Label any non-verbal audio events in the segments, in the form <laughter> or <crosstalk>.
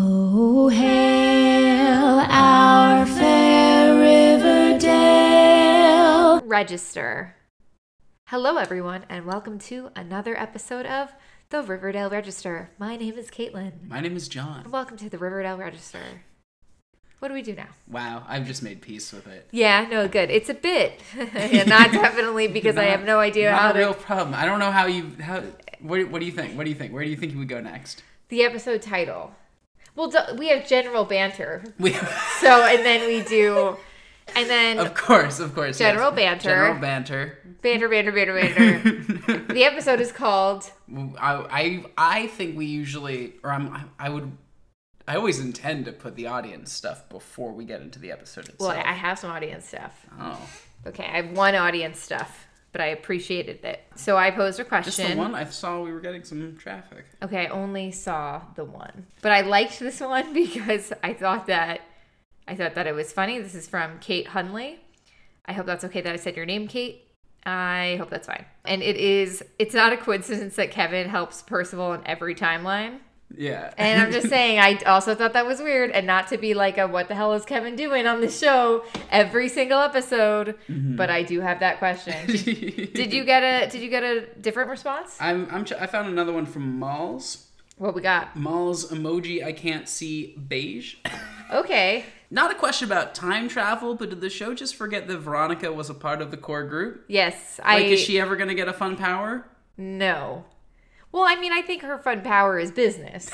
Oh, hail our fair Riverdale. register. Hello, everyone, and welcome to another episode of the Riverdale Register. My name is Caitlin, My name is and John. welcome to the Riverdale Register. What do we do now? Wow, I've just made peace with it. Yeah, no, good. It's a bit, <laughs> yeah, not definitely because I Not- have no idea not how a to. real problem. I don't know how you how. What, what do you think? What do you think? Where do you think we would go next? <laughs> The episode title. Well, do- we have general banter, We, so and then we do, and then of course, of course. yes. General banter. General banter. banter, banter, banter, banter. <laughs> the episode is called I, I I think we usually, or I'm, I would, I always intend to put the audience stuff before we get into the episode Well, itself. I have some audience stuff. oh, Okay, I have one audience stuff, but I appreciated it. So I posed a just question. the one I saw. We were getting some traffic. Okay, I only saw the one. But I liked this <laughs> one because I thought that I thought that it was funny. This is from Kate Hunley. I hope that's okay that I said your name, Kate. I hope that's fine. And it is it's not a coincidence that Kevin helps Percival in every timeline. Yeah. And I'm <laughs> just saying, I also thought that was weird, and not to be like a "What the hell is Kevin doing on this show?" every single episode. Mm-hmm. But I do have that question. <laughs> Did, did you get a Did you get a different response? I'm, I'm. ch- I found another one from Malls. What we got? Malls emoji. I can't see beige. Okay, Not a question about time travel, but did the show just forget that Veronica was a part of the core group? yes, I Like, is she ever going to get a fun power? no. Well, I mean, I think her fun power is <laughs> business,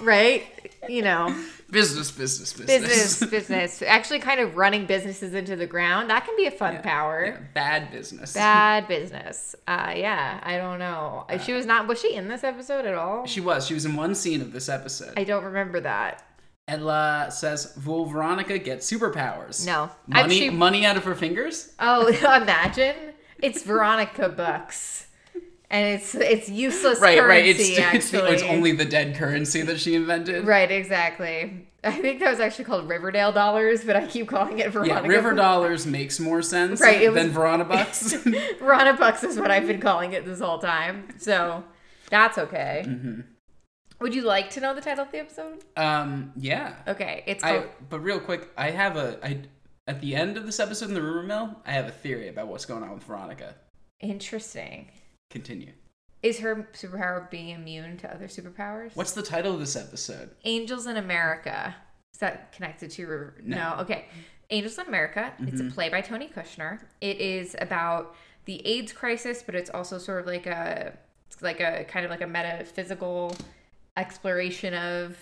right? You know, Business, business, business. <laughs> business, business. Actually, kind of running businesses into the ground that can be a fun power. Yeah, bad business. Bad business. Uh, yeah, I don't know. she was not. Was she in this episode at all? Uh, She was. She was in one scene of this episode. I don't remember that. Ella says, "Will Veronica get superpowers?" No. I- Money, she- money out of her fingers. Oh, <laughs> imagine it's Veronica bucks, and it's it's useless Right, right. currency. It's, <laughs> it's, the- actually, it's only the dead currency that she invented. right. Exactly. I think that was actually called Riverdale dollars, but I keep calling it Yeah, Veronica. river dollars makes more sense Right, it than was- Veronica <laughs> bucks. Veronica bucks is what I've been calling it this whole time. So that's okay. Mm-hmm. Would you like to know the title of the episode? um, yeah. Okay, it's called. I but real quick, I have a I at the end of this episode in the rumor mill, I have a theory about what's going on with Veronica. Interesting. Continue. Is her superpower being immune to other superpowers? What's the title of this episode? Angels in America? Is that connected to River? No. Okay. Angels in America. It's a Mm-hmm. play by Tony Kushner. It is about the AIDS crisis, but it's also sort of like a, it's like a kind of like a metaphysical exploration of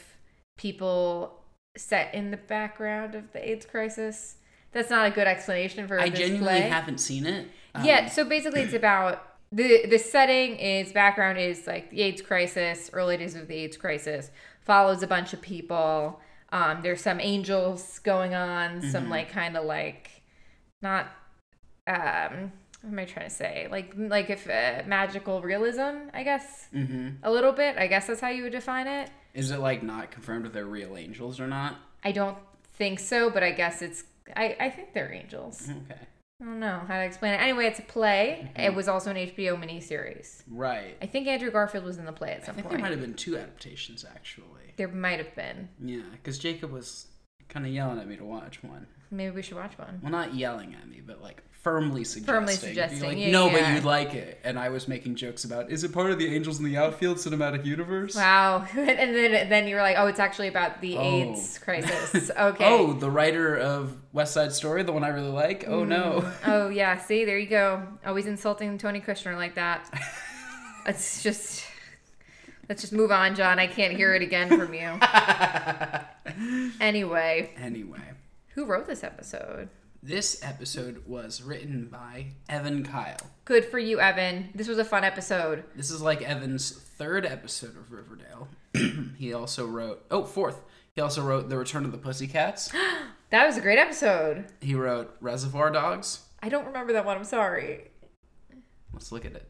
people set in the background of the AIDS crisis. That's not a good explanation for. I this play. genuinely haven't seen it. Um, Yeah, so basically it's about the the setting is background is like the AIDS crisis, early days of the AIDS crisis, follows a bunch of people. Um, there's some angels going on, some like kind of like not um what am I trying to say? Like like if uh, magical realism, I guess. Mm-hmm. A little bit. I guess that's how you would define it. Is it like not confirmed if they're real angels or not? I don't think so, but I guess it's I, I think they're angels. Okay. I don't know how to explain it. Anyway, it's a play. It was also an HBO miniseries. Right. I think Andrew Garfield was in the play at I some think there point. might have been two adaptations actually. there might have been. Yeah, because Jacob was kind of yelling at me to watch one. Maybe we should watch one. Well, not yelling at me, but like firmly suggesting. Firmly Be suggesting, Like, yeah, no, yeah. but you'd like it. And I was making jokes about is it part of the Angels in the Outfield cinematic universe? Wow. <laughs> and then then you were like, oh, it's actually about the AIDS Oh. <laughs> crisis. Okay. Oh, the writer of West Side Story, the one I really like. Oh no. Oh, yeah. See, there you go. Always insulting Tony Kushner like <laughs> that. Let's just let's just move on, John. I can't hear it again from <laughs> you. anyway, Anyway, who wrote this episode? this episode was written by Evan Kyle. Good for you, Evan. This was a fun episode. This is like Evan's third episode of Riverdale. <clears throat> he also wrote oh fourth. He also wrote The Return of the Pussycats. That was a great episode. he wrote Reservoir Dogs. I don't remember that one. I'm sorry. Let's look at it.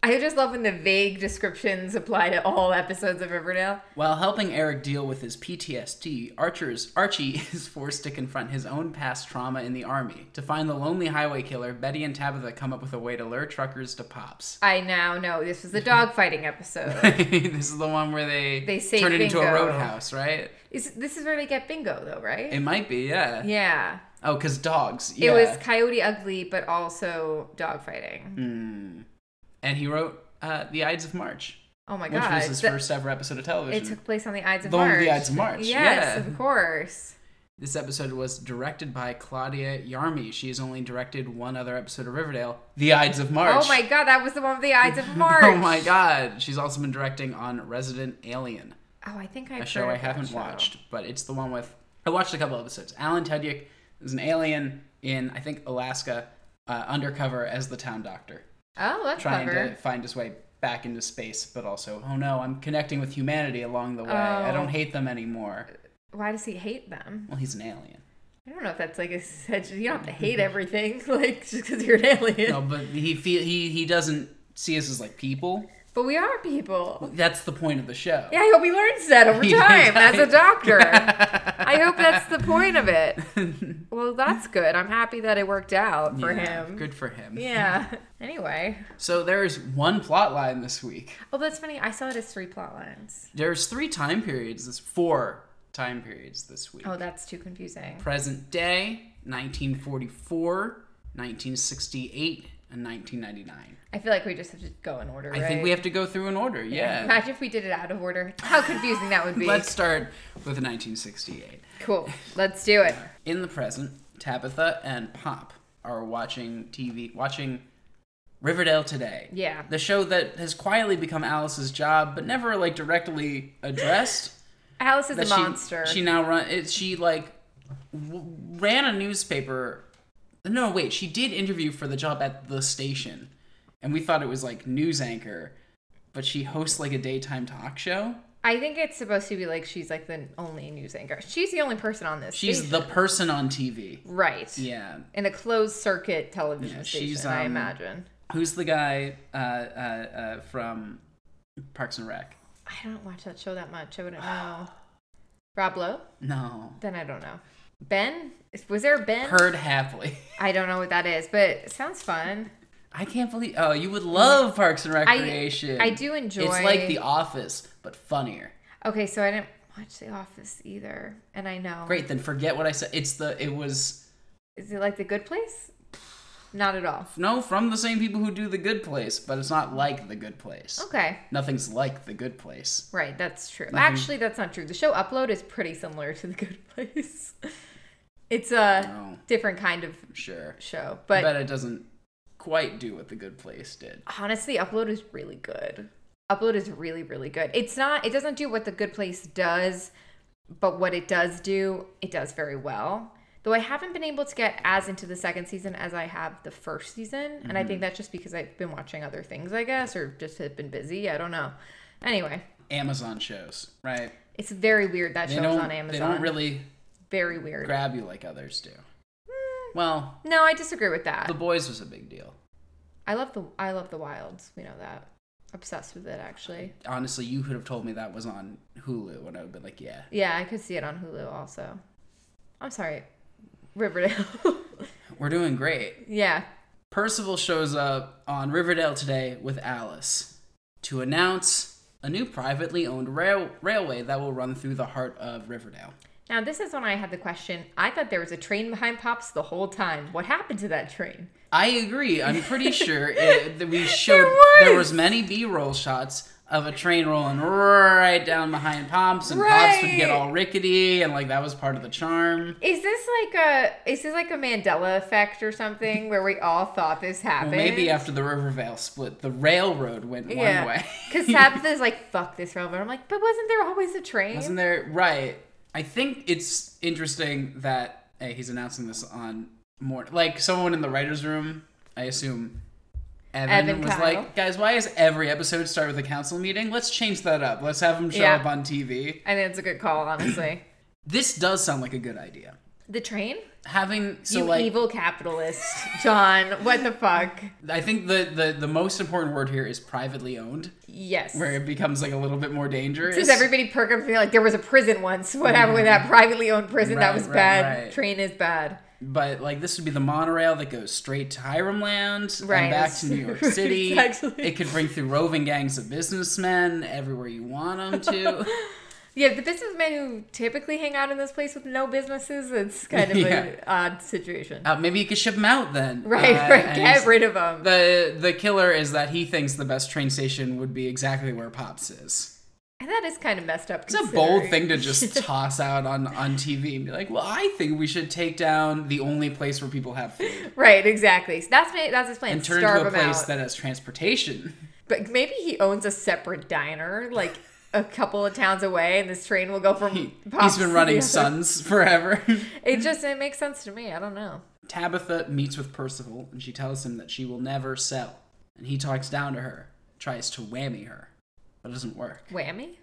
I just love when the vague descriptions apply to all episodes of Riverdale. While helping Eric deal with his PTSD, Archer's Archie <laughs> is forced to confront his own past trauma in the army. To find the lonely highway killer, Betty and Tabitha come up with a way to lure truckers to Pops. <laughs> I now know this was the dogfighting episode. this is the one where they, They say turn it into a bingo. roadhouse, right? Is this is where they get bingo though, right? It might be, yeah. yeah. Oh, because dogs. It Yeah. was Coyote Ugly, but also dogfighting. Mm. and he wrote uh, The Ides of March, Oh my which god. was his The- first ever episode of television. it took place on the Ides of The one with March. the Ides of March, Yes, yeah. of course. This episode was directed by Claudia Yarmy. She has only directed one other episode of Riverdale, The Ides of March. Oh my god, that was the one with <laughs> the Ides of March. Oh my god. She's also been directing on Resident Alien, Oh, I think I a show I haven't watched, but it's the one with I watched a couple episodes. Alan Tudyk is an alien in I think Alaska, uh, undercover as the town doctor, Oh, that's trying clever. to find his way back into space, but also oh no, I'm connecting with humanity along the way. I Oh. don't hate them anymore. Why does he hate them? Well, he's an alien. I don't know if that's like a <laughs> sed- you don't have to <laughs> hate everything <laughs> like just because you're an alien. No, but he feel he he doesn't see us as like people. But we are people. That's the point of the show. Yeah, I hope he learns that <laughs> over He time does. as a doctor. <laughs> I hope that's the point of it. Well, that's good. I'm happy that it worked out for Yeah, him. Good for him. <laughs> Yeah. Anyway. So there is one plot line this week. Oh, that's funny. I saw it as three plot lines. There's three time periods. This four time periods this week. Oh, that's too confusing. Present day, 1944, 1968, and 1999. I feel like we just have to go in order. I think right? we have to go through in order. Yeah. Imagine if we did it out of order. How confusing that would be. Let's start with 1968. Cool. Let's do it. In the present, Tabitha and Pop are watching TV, watching Riverdale today. Yeah. The show that has quietly become Alice's job, but never like directly addressed. Alice is a that she- monster. She now run. It, she like w- ran a newspaper. No, wait. She did interview for the job at the station, and we thought it was like news anchor, but she hosts like a daytime talk show. I think it's supposed to be like she's like the only news anchor. She's the only person on this. She's station. the person on TV. right. Yeah. In a closed circuit television Yeah, station, she's, I um, imagine. Who's the guy uh, uh, uh, from Parks and Rec? I don't watch that show that much. I <sighs> wouldn't know. Rob Lowe? No. Then I don't know. Ben? Was there a Ben? Heard happily. I don't know what that is, but it sounds fun. I can't believe. Oh, you would love Parks and Recreation. I do It's enjoy- like The Office, but funnier. Okay, so I didn't watch The Office either, and I know. Great. Then forget what I said. It's the. It was Is it like The Good Place? Not at all. No, from the same people who do The Good Place, but it's not like The Good Place. Okay. Nothing's like The Good Place. Right, that's Mm-hmm. true. Actually, that's not true. The show Upload is pretty similar to The Good <laughs> Place. It's a No. different kind of Sure. show, I but bet it doesn't quite do what The Good Place did. honestly, Upload is really good. Upload is really, really good. It's not, it doesn't do what The Good Place does, but what it does do, it does very well. Though I haven't been able to get as into the second season as I have the first season. And I Mm-hmm. think that's just because I've been watching other things, I guess, or just have been busy. I don't know. Anyway, Amazon shows, right? it's very weird that They show is don't on Amazon. they don't really very weird. grab you like others do. Hmm. Well, No, I disagree with that. The Boys was a big deal. I love the I love the wilds. We know that. Obsessed with it actually. Honestly, you could have told me that was on Hulu and I would have been like, yeah. Yeah, I could see it on Hulu also. I'm sorry. Riverdale. <laughs> We're doing great. yeah. Percival shows up on Riverdale today with Alice to announce a new privately owned rail- railway that will run through the heart of Riverdale. Now this is when I had the question. I thought there was a train behind Pops the whole time. What happened to that train? I agree. I'm pretty sure it, that we showed was. there was many B-roll shots of a train rolling right down behind Pops, and Pops would get Right. all rickety, and like that was part of the charm. Is this like a is this like a Mandela effect or something where we all thought this happened? Well, maybe after the Rivervale split, the railroad went one yeah. way. <laughs> Because Tabitha's like, fuck this railroad. I'm like, but wasn't there always a train? Wasn't there? Right. I think it's interesting that hey, he's announcing this on more like someone in the writers' room. I assume. Evan, Evan was Kyle. like, guys, why is every episode start with a council meeting? Let's change that up. Let's have him show Yeah. up on TV. I think it's a good call, honestly. This does sound like a good idea. The train? having so you like evil capitalist, John. What the fuck? I think the, the the most important word here is privately owned, Yes. where it becomes like a little bit more dangerous. Does everybody perk up and be like, there was a prison once? What happened with that privately owned prison? Mm-hmm. Right, that was right, bad. right. Train is bad. But like this would be the monorail that goes straight to Hiramland Right. and back to New <laughs> York City. Exactly. It could bring through roving gangs of businessmen everywhere you want <laughs> them to. Yeah, the businessmen who typically hang out in this place with no businesses, it's <laughs> kind of Yeah. an odd situation. uh, maybe you could ship them out <laughs> then. right, Uh, right. and Get rid of them. the the killer is that he thinks the best train station would be exactly where Pops is. and that is kind of messed up. It's a bold considering. thing <laughs> to just toss out on on TV and be like, "Well, I think we should take down the only place where people have food." Right, exactly. So that's ma- that's his plan. and turn Starve into a him place out. that has transportation. <laughs> but maybe he owns a separate diner, like a couple of towns away, and this train will go from. He, Pops has been to <laughs> running the other- Suns forever. <laughs> It just it makes sense to me. I don't know. Tabitha meets with Percival and she tells him that she will never sell. And he talks down to her, tries to whammy her, but it doesn't work. Whammy?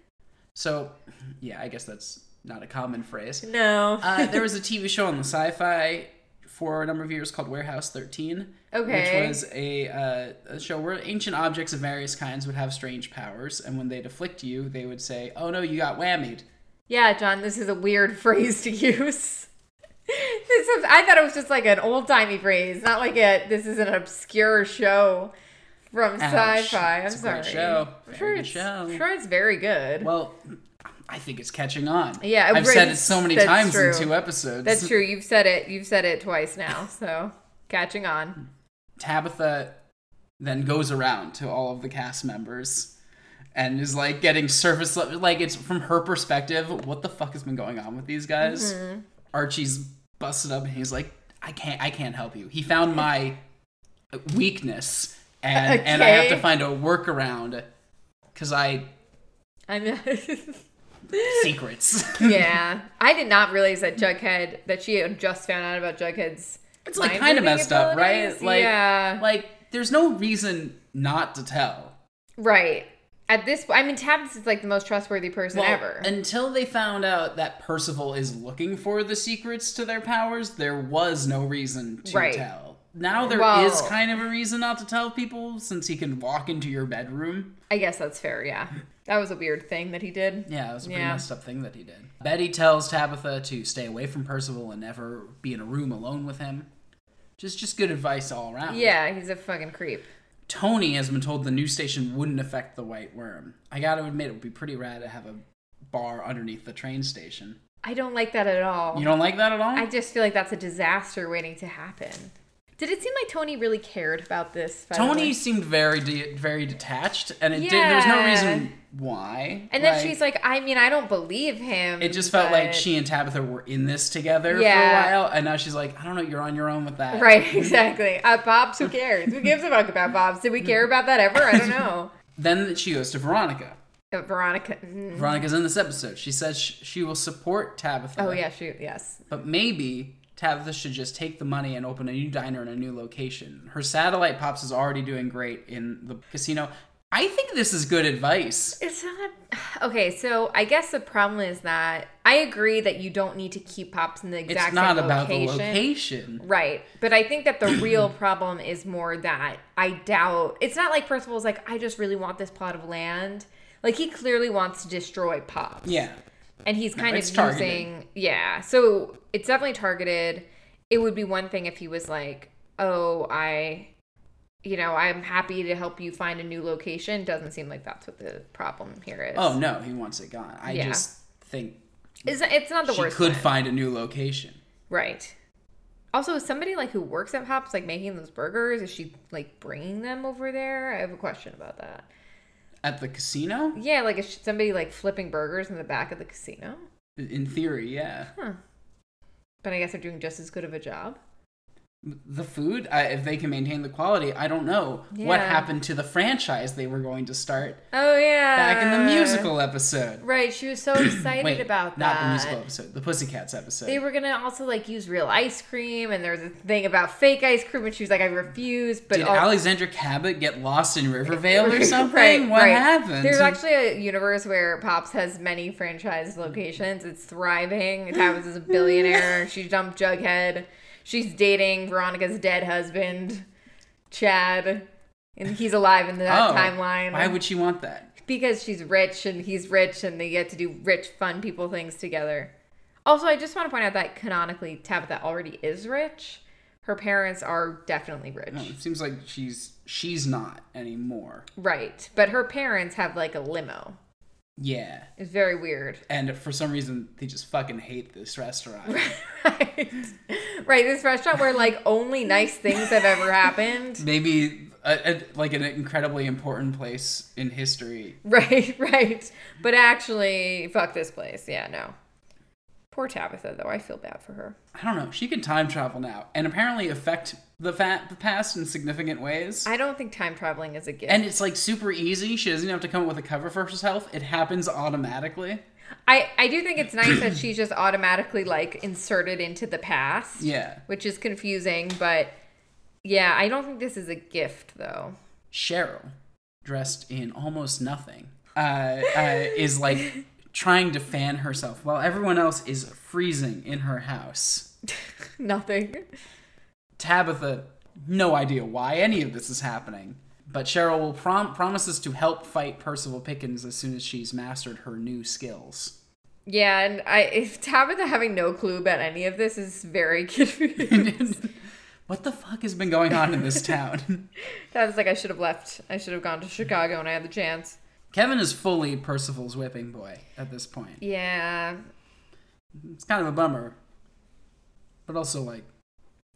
So, yeah, I guess that's not a common phrase. No. Uh, there was a TV show on the sci fi for a number of years called Warehouse 13. Okay. Which was a, uh, a show where ancient objects of various kinds would have strange powers. And when they'd afflict you, they would say, Oh no, you got whammied. yeah, John, this is a weird <laughs> phrase to use. this is, I thought it was just like an old timey phrase, not like a this is an obscure show from Ouch. sci-fi. I'm It's a sorry. great show. I'm Very sure good it's, show. I'm sure it's very good. Well, I think it's catching on. Yeah, I've said right, it so many that's times true. in two episodes. That's true. You've said it. You've said it twice now. So catching <laughs> on. Tabitha then goes around to all of the cast members and is like getting surface level. Like it's from her perspective, what the fuck has been going on with these guys? Mm-hmm. Archie's busted up and he's like, I can't, I can't help you. He found my weakness <laughs> and and I have Okay. to find a workaround because I I'm. secrets. <laughs> <laughs> yeah, I did not realize that Jughead that she had just found out about Jughead's. It's like mind kind of reading messed up, right? abilities. Like, yeah, like there's no reason not to tell. right. At this, I mean, Tabitha is like the most trustworthy person Well, ever. Until they found out that Percival is looking for the secrets to their powers, there was no reason to Right. tell. Now there is Well- kind of a reason not to tell people since he can walk into your bedroom. I guess that's fair. <laughs> Yeah, that was a weird thing that he did. Yeah, that was a pretty Yeah. messed up thing that he did. Betty tells Tabitha to stay away from Percival and never be in a room alone with him. Just just good advice all around. Yeah, he's a fucking creep. Tony has been told the news station wouldn't affect the White Worm. I gotta admit, it would be pretty rad to have a bar underneath the train station. I don't like that at all. You don't like that at all? I just feel like that's a disaster waiting to happen. Did it seem like Tony really cared about this? by the way? Tony seemed very de- very detached, and it did. There was no Yeah. reason why. And then she's like, I mean, I don't believe him. it just felt like but- she and Tabitha were in this together for Yeah. a while, and now she's like, I don't know, you're on your own with that. <laughs> Right, exactly. Uh, Bob's, who cares? Who gives a fuck about Bob's? Did we care about that ever? <laughs> I don't know. Then she goes to Veronica. Uh, Veronica. mm. Veronica's in this episode. She says sh- she will support Tabitha. Oh, yeah, shoot, yes. But maybe Tabitha should just take the money and open a new diner in a new location. Her satellite pops is already doing great in the casino. I think this is good advice. It's not. Okay, so I guess the problem is that I agree that you don't need to keep Pops in the exact it's not same about the location. location. Right. But I think that the <clears throat> real problem is more that I doubt it's not like Percival's like, I just really want this plot of land. Like he clearly wants to destroy Pops. Yeah. And he's kind of it's using targeted. Yeah. So it's definitely targeted. It would be one thing if he was like, Oh, I you know, I'm happy to help you find a new location. Doesn't seem like that's what the problem here is. Oh no, he wants it gone. I Yeah. just think it's, it's not the she worst. could one. find a new location. Right. Also, is somebody like who works at Pops like making those burgers? Is she like bringing them over there? I have a question about that. At the casino? Yeah, like is she- somebody like flipping burgers in the back of the casino? In theory, yeah. But I guess they're doing just as good of a job. the food I, if they can maintain the quality i don't know what Yeah. happened to the franchise they were going to start Oh yeah. back in the musical episode Right. She <clears throat> was so excited wait about that. not the musical episode the pussycats episode They were gonna also like use real ice cream, and there was a thing about fake ice cream, and she was like, "I refuse." But did all- alexandra cabot get lost in <laughs> rivervale or something Right, what right. happened There's actually a universe where Pops has many franchise locations. It's thriving. Tabitha's is a <laughs> billionaire. She dumped Jughead. She's dating Veronica's dead husband, Chad, and he's alive in that Oh, timeline. why would she want that because she's rich and he's rich, and they get to do rich, fun people things together. Also, I just want to point out that canonically, Tabitha already is rich. Her parents are definitely rich. no, it seems like she's she's not anymore Right. But her parents have like a limo. yeah It's very weird. <laughs> and for some reason they just fucking hate this restaurant right. Right. This restaurant where like only nice things have ever <laughs> happened. maybe a, a, like an incredibly important place in history Right. Right. But actually, fuck this place. Yeah. No. Poor Tabitha, though. I feel bad for her. i don't know she can time travel now and apparently affect the, fat, the past in significant ways I don't think time traveling is a gift. and it's like super easy she doesn't have to come up with a cover for herself it happens automatically I, I do think it's nice that she's just automatically like inserted into the past, yeah which is confusing. But yeah, I don't think this is a gift, though. <laughs> cheryl dressed in almost nothing uh, uh, is like trying to fan herself while everyone else is freezing in her house Nothing. Tabitha, no idea why any of this is happening, but Cheryl will prom- promises to help fight Percival Pickens as soon as she's mastered her new skills. <laughs> Yeah, and I if Tabitha having no clue about any of this is very <laughs> confusing. what the fuck has been going on in this town? <laughs> Tabitha's like, I should have left. I should have gone to Chicago when I had the chance. Kevin is fully Percival's whipping boy at this point. Yeah, It's kind of a bummer, but also like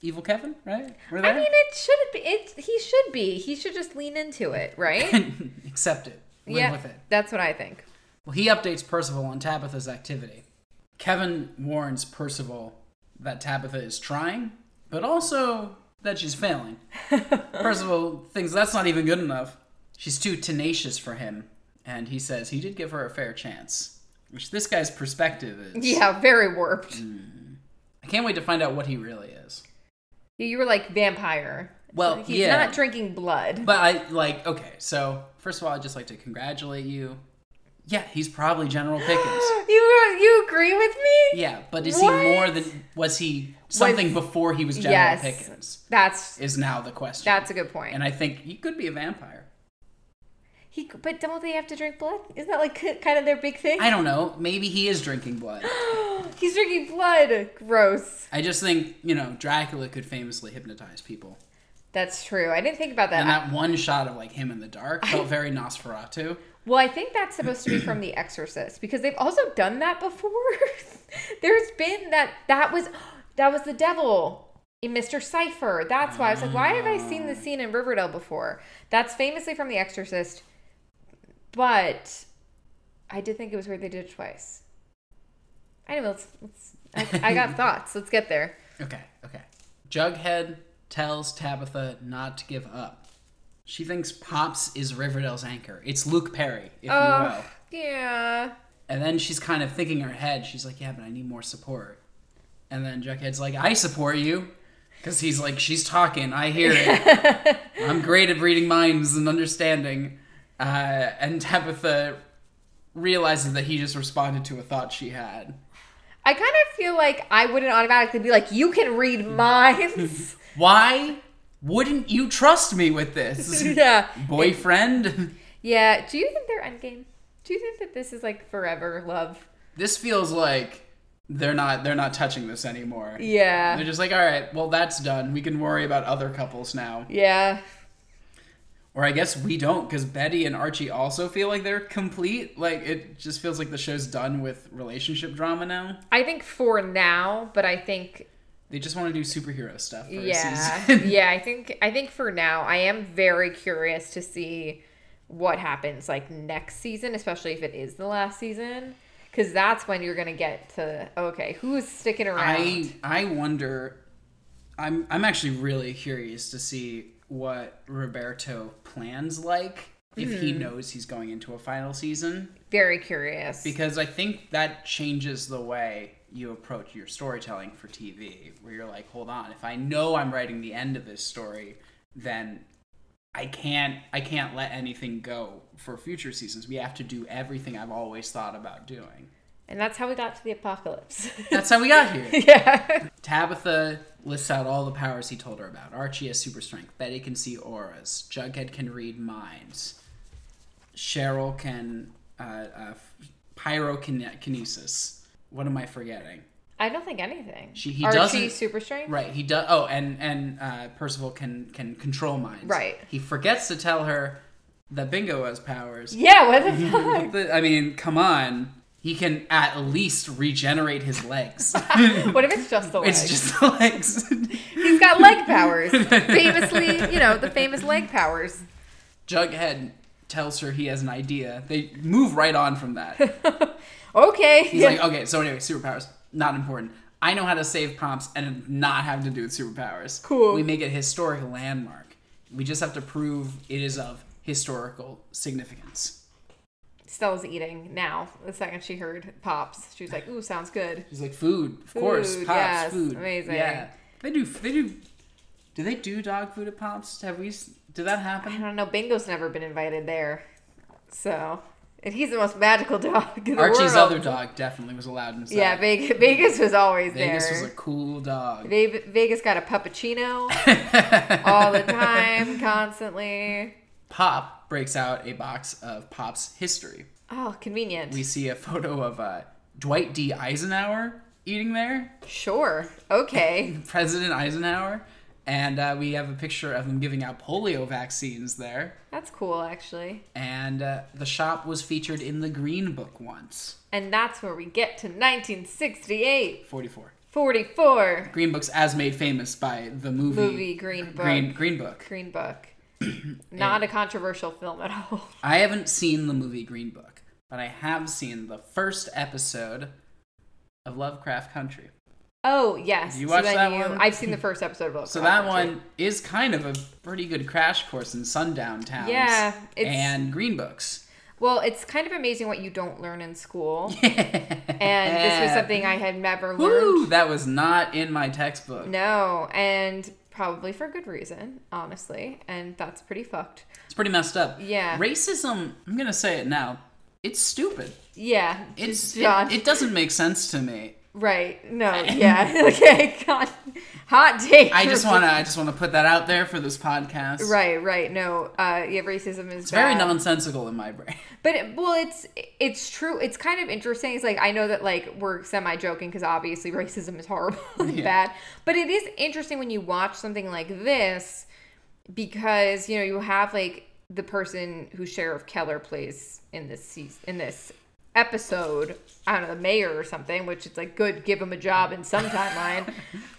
evil Kevin, right? We're I mean, it should be. It he should be. He should just lean into it, <laughs> right? accept it, live yeah, with it. that's what I think. Well, he updates Percival on Tabitha's activity. Kevin warns Percival that Tabitha is trying, but also that she's failing. Percival thinks that's not even good enough. She's too tenacious for him, and he says he did give her a fair chance. Which this guy's perspective is. Yeah, very warped. Mm. I can't wait to find out what he really is. Yeah, You were like vampire. Well, He's yeah. not drinking blood. But I like okay. So first of all, I'd just like to congratulate you. Yeah, he's probably General Pickens. <laughs> you you agree with me? Yeah, but is What? he more than was he something before he was General Yes. Pickens? That's Is now the question. that's a good point. and I think he could be a vampire. he, but don't they have to drink blood? Isn't that like kind of their big thing? I don't know. Maybe he is drinking blood. He's drinking blood. Gross. I just think you know Dracula could famously hypnotize people, That's true. I didn't think about that. and that one shot of like him in <laughs> the dark felt very Nosferatu. well, I think that's supposed to be from The Exorcist because they've also done that before. <laughs> There's been that that was that was the devil in Mr. Cipher. That's why I was like, why have I seen this scene in Riverdale before? That's famously from The Exorcist, but I did think it was weird they did it twice. Anyway, let's, let's I, I got thoughts. Let's get there. Okay, okay. Jughead tells Tabitha not to give up. She thinks Pops is Riverdale's anchor. It's Luke Perry, if you will. Oh, yeah. And then she's kind of thinking in her head, she's like, yeah, but I need more support. And then Jughead's like, I support you. Because he's like, she's talking. I hear it. <laughs> I'm great at reading minds and understanding. Uh, and Tabitha realizes that he just responded to a thought she had. I kind of feel like I wouldn't automatically be like, you can read minds. <laughs> Why wouldn't you trust me with this? <laughs> yeah. Boyfriend? <laughs> Yeah. Do you think they're endgame? Do you think that this is like forever love? this feels like they're not they're not touching this anymore. They're Yeah. just like, all right, well that's done. We can worry about other couples now. Yeah. Or I guess we don't, because Betty and Archie also feel like they're complete. Like it just feels like the show's done with relationship drama now. I think for now, but I think They just want to do superhero stuff for a yeah. season. <laughs> yeah, I think I think for now I am very curious to see what happens like next season, especially if it is the last season, cuz that's when you're going to get to okay, who's sticking around? I I wonder I'm I'm actually really curious to see what Roberto plans like if Hmm. he knows he's going into a final season Very curious. because I think that changes the way you approach your storytelling for TV where you're like, "Hold on, if I know I'm writing the end of this story, then I can't I can't let anything go for future seasons. We have to do everything I've always thought about doing." and that's how we got to the apocalypse. That's how we got here. <laughs> yeah. Tabitha lists out all the powers he told her about. Archie has super strength. Betty can see auras. Jughead can read minds. Cheryl can uh, uh, pyrokinesis. uh, What am I forgetting? I don't think anything. She- he Archie, doesn't- super strength. Right, he does. Oh, and and uh, Percival can can control minds. Right. He forgets to tell her that Bingo has powers. Yeah, what the <laughs> fuck? But the- I mean, come on. He can at least regenerate <laughs> his legs. What if it's just the legs? it's just the legs. <laughs> He's got leg powers. Famously, you know, the famous leg powers. <laughs> Jughead tells her he has an idea. They move right on from <laughs> that. Okay. He's like, okay, so anyway, superpowers, not important. I know how to save prompts and not have to do with superpowers. Cool. We make it a historic landmark. We just have to prove it is of historical significance. Stella's eating now. The second she heard pops, she was like, "Ooh, sounds good." He's like, food, of course, Food, pops, yes, food. amazing. Yeah. They do, they do, do they do dog food at pops? Have we, s- did that I happen? don't know. Bingo's never been invited there, so and he's the most magical dog in the Archie's world. other dog definitely was allowed inside. yeah, Vegas, Vegas was always Vegas there. was a cool dog. Ve- Vegas got a <laughs> puppuccino all the time, constantly. Pop breaks out a box of Pop's history. Oh, convenient. We see a photo of uh, Dwight D. Eisenhower eating there, sure. Okay. President Eisenhower, and uh, we have a picture of them giving out polio vaccines there. That's cool, actually. And uh, the shop was featured in the Green Book once. And that's where we get to 1968. 44. 44 Green Book's as made famous by the movie, movie Green Book. Green, Green Book. Green Book. <clears throat> Not a controversial film at all. <laughs> I haven't seen the movie Green Book, but I have seen the first episode of Lovecraft Country. Oh yes, You watched then that one? I've seen the first episode <laughs> of Lovecraft So that Country. one is kind of a pretty good crash course in sundown towns. Yeah, it's- and green books. <laughs> Well, it's kind of amazing what you don't learn in school, and this was something I had never Woo! learned. That was not in my textbook. No, and probably for good reason, honestly. And that's pretty fucked. It's pretty messed up. Yeah. Racism. I'm gonna say it now. It's stupid. Yeah, It's just it, John. it doesn't make sense to me. right? <laughs> No. Yeah. <laughs> okay. God. Hot take. I just for- wanna I just wanna put that out there for this podcast. Right, right. No, uh, yeah, racism is It's very bad. nonsensical in my brain. <laughs> But it- well, it's it's true. It's kind of interesting. It's like I know that like we're semi joking because obviously <laughs> racism is horrible and Yeah. bad. But it is interesting when you watch something like this because you know you have like the person who Sheriff Keller plays in this season, in this episode. I don't know the mayor or something, which it's like good, give him a job in some timeline. Um, <laughs>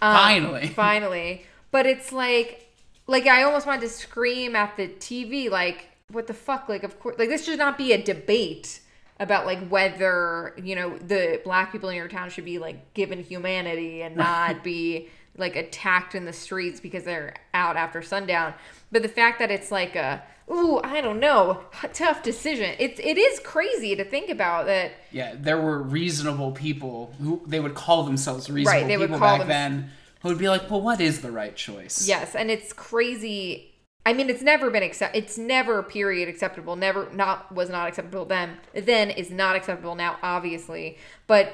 <laughs> Finally. finally. But it's like, like I almost wanted to scream at the TV, like, what the fuck? Like, of course, like this should not be a debate about like whether you know the black people in your town should be like given humanity and not be like attacked in the streets because they're out after sundown. But the fact that it's like a ooh, I don't know, tough decision. It's it is crazy to think about that. Yeah, there were reasonable people who they would call themselves reasonable they would people call back them- then who would be like, Well, what is the right choice? Yes, and it's crazy. I mean, it's never been accept. It's never period acceptable. Never not was not acceptable then. Then is not acceptable now, obviously. But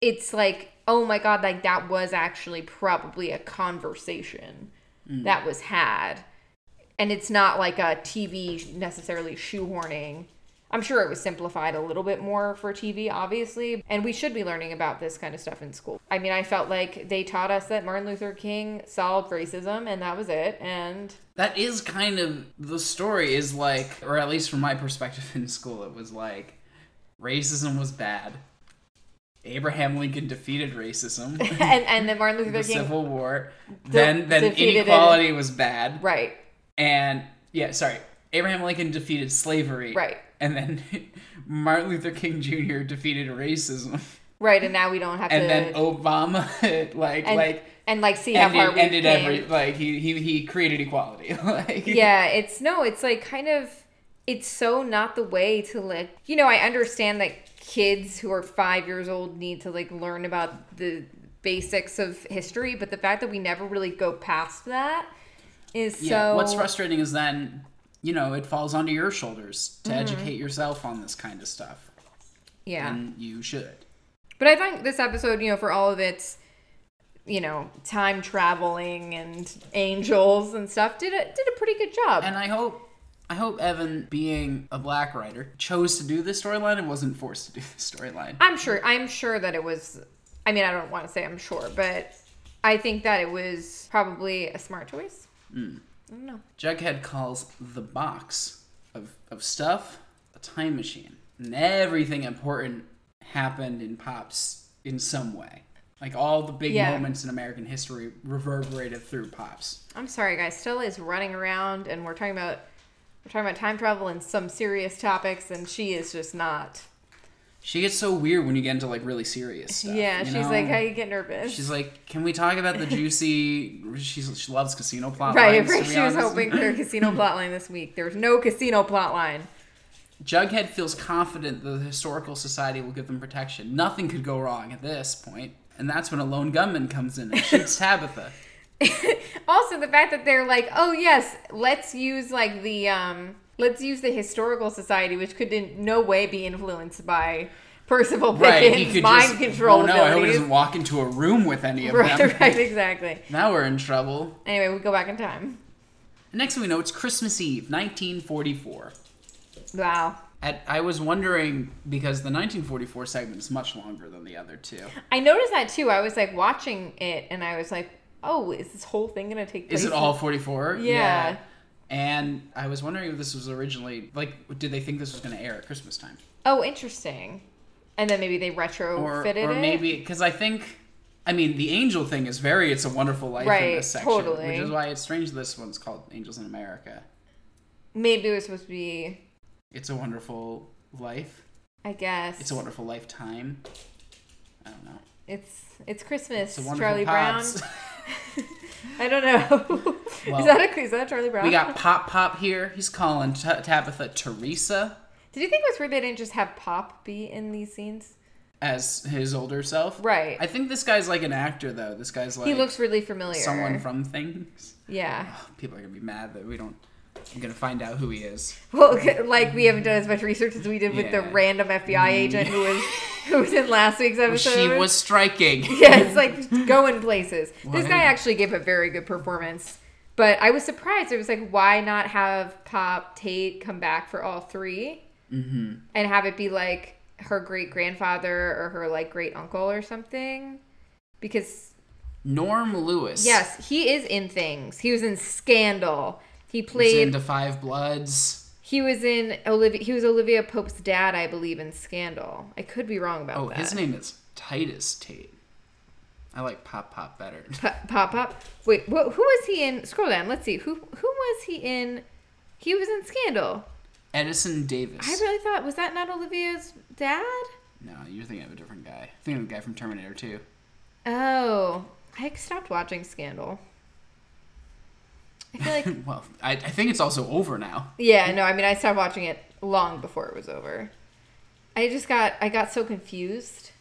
it's like, oh my god, like that was actually probably a conversation that was had, and it's not like a TV necessarily shoehorning. I'm sure it was simplified a little bit more for TV, obviously, and we should be learning about this kind of stuff in school. I mean, I felt like they taught us that Martin Luther King solved racism, and that was it. And <laughs> that is kind of the story is like or at least from my perspective <laughs> in school it was like racism was bad abraham lincoln defeated <laughs> racism in and and then Martin Luther the King, civil war then then defeated it. inequality was bad right? and yeah sorry abraham lincoln defeated slavery Right. and then <laughs> martin luther king jr defeated racism <laughs> Right, and now we don't have and to. then obama <laughs> like And- like and like see how far ended, we ended came. every like he, he he created equality. <laughs> like yeah it's no it's like kind of it's so not the way to like you know i understand that kids who are five years old need to like learn about the basics of history but the fact that we never really go past that is Yeah. so What's frustrating is then you know it falls onto your shoulders to educate yourself on this kind of stuff, Mm-hmm. yeah and you should. But I think this episode, you know, for all of its, you know, time traveling and angels and stuff, did a did a pretty good job. And I hope I hope Evan, being a black writer, chose to do this storyline and wasn't forced to do this storyline. I'm sure. I'm sure that it was. I mean, I don't want to say I'm sure, but I think that it was probably a smart choice. I don't know. Jughead calls the box of, of stuff a time machine. And everything important happened in Pops in some way. Like all the big Yeah. moments in American history reverberated through Pops. I'm sorry, guys. Stella is running around, and we're talking about we're talking about time travel and some serious topics, and she is just not. She gets so weird when you get into like really serious stuff. yeah, you she's know? like, I get nervous. She's like, can we <laughs> talk about the juicy? She's, she loves casino plot Right, lines, to right. be <laughs> She was honest. hoping for a casino plotline this week. There was no casino plotline. Jughead feels confident that the historical society will give them protection. Nothing could go wrong at this point. And that's when a lone gunman comes in and <laughs> shoots Tabitha. Also, the fact that they're like, oh yes, let's use like the um, let's use the historical society, which could in no way be influenced by Percival Right, he Pickens' could mind just, control Oh no, I hope he abilities. doesn't walk into a room with any of them. right, right, exactly. Now we're in trouble. Anyway, we go back in time. Next thing we know, it's Christmas Eve, 1944. Wow. At, I was wondering because the 1944 segment is much longer than the other two. I noticed that too. I was like watching it, and I was like, oh, is this whole thing gonna take place? Is it in- all 44? Yeah. And I was wondering if this was originally like, did they think this was going to air at Christmas time? Oh, interesting. And then maybe they or, retrofitted or Oh, it. maybe because I think, I mean, the angel thing is very "It's a Wonderful Life" in Right, this section, totally. which is why it's strange this one's called "Angels in America." maybe it was supposed to be It's a wonderful life. I guess It's a wonderful lifetime. I don't know. It's it's Christmas. It's a Charlie wonderful pops. Brown. <laughs> I don't know. Well, is that a is that Charlie Brown? <laughs> we got Pop Pop here. He's calling Ta Tabitha Teresa Did you think it was weird they didn't just have Pop be in these scenes? as his older self. Right. I think this guy's like an actor though. This guy's like he looks really familiar. someone from things. <laughs> Oh, yeah. People are gonna be mad that we don't. I'm gonna find out who he is. Well, <laughs> c- like we haven't done as much research as we did with Yeah. the random FBI agent who was who was in last week's episode. She was <laughs> striking. <laughs> Yeah, it's like going places. This Why? guy actually gave a very good performance, but I was surprised. It was like, why not have Pop Tate come back for all 3 Mm-hmm. and have it be like her great grandfather or her like great uncle or something? Because Norm Lewis. yes, he is in things. He was in Scandal. He He's played. into Five Bloods. he was in Olivia. He was Olivia Pope's dad, I believe, in Scandal. I could be wrong about Oh, that. his name is Titus Tate. I like Pop Pop better. <laughs> Pa- pop up. Wait, what, who was he in? Scroll down. Let's see. Who who was he in? He was in Scandal. Edison Davis. I really thought was that not Olivia's dad? No, you're thinking of a different guy. Thinking of the guy from Terminator 2. Oh, I stopped watching Scandal. I feel <laughs> like Well, I, I think it's also over now. yeah, no. I mean, I stopped watching it long before it was over. I just got I got so confused,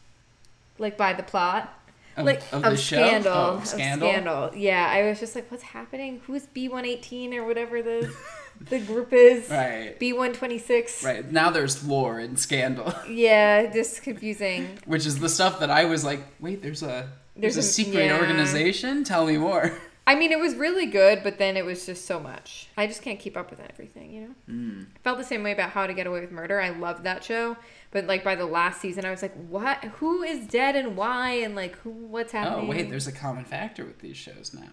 like by the plot. Of- like of the show? Scandal, Oh, of Scandal? Scandal. Yeah, I was just like, what's happening? Who's B one eighteen or whatever <laughs> the the group is? Right. B one twenty six. Right. Now there's lore and scandal, <laughs> Yeah, just confusing. which is the stuff that I was like, wait, there's a there's, There's a a- secret yeah. organization? Tell <laughs> me more. I mean, it was really good, but then it was just so much. I just can't keep up with everything, you know. Mm. I felt the same way about How to Get Away with Murder. I loved that show, but like by the last season, I was like, what? Who is dead and why? And like, who? What's happening? Oh, wait, there's a common factor with these shows now.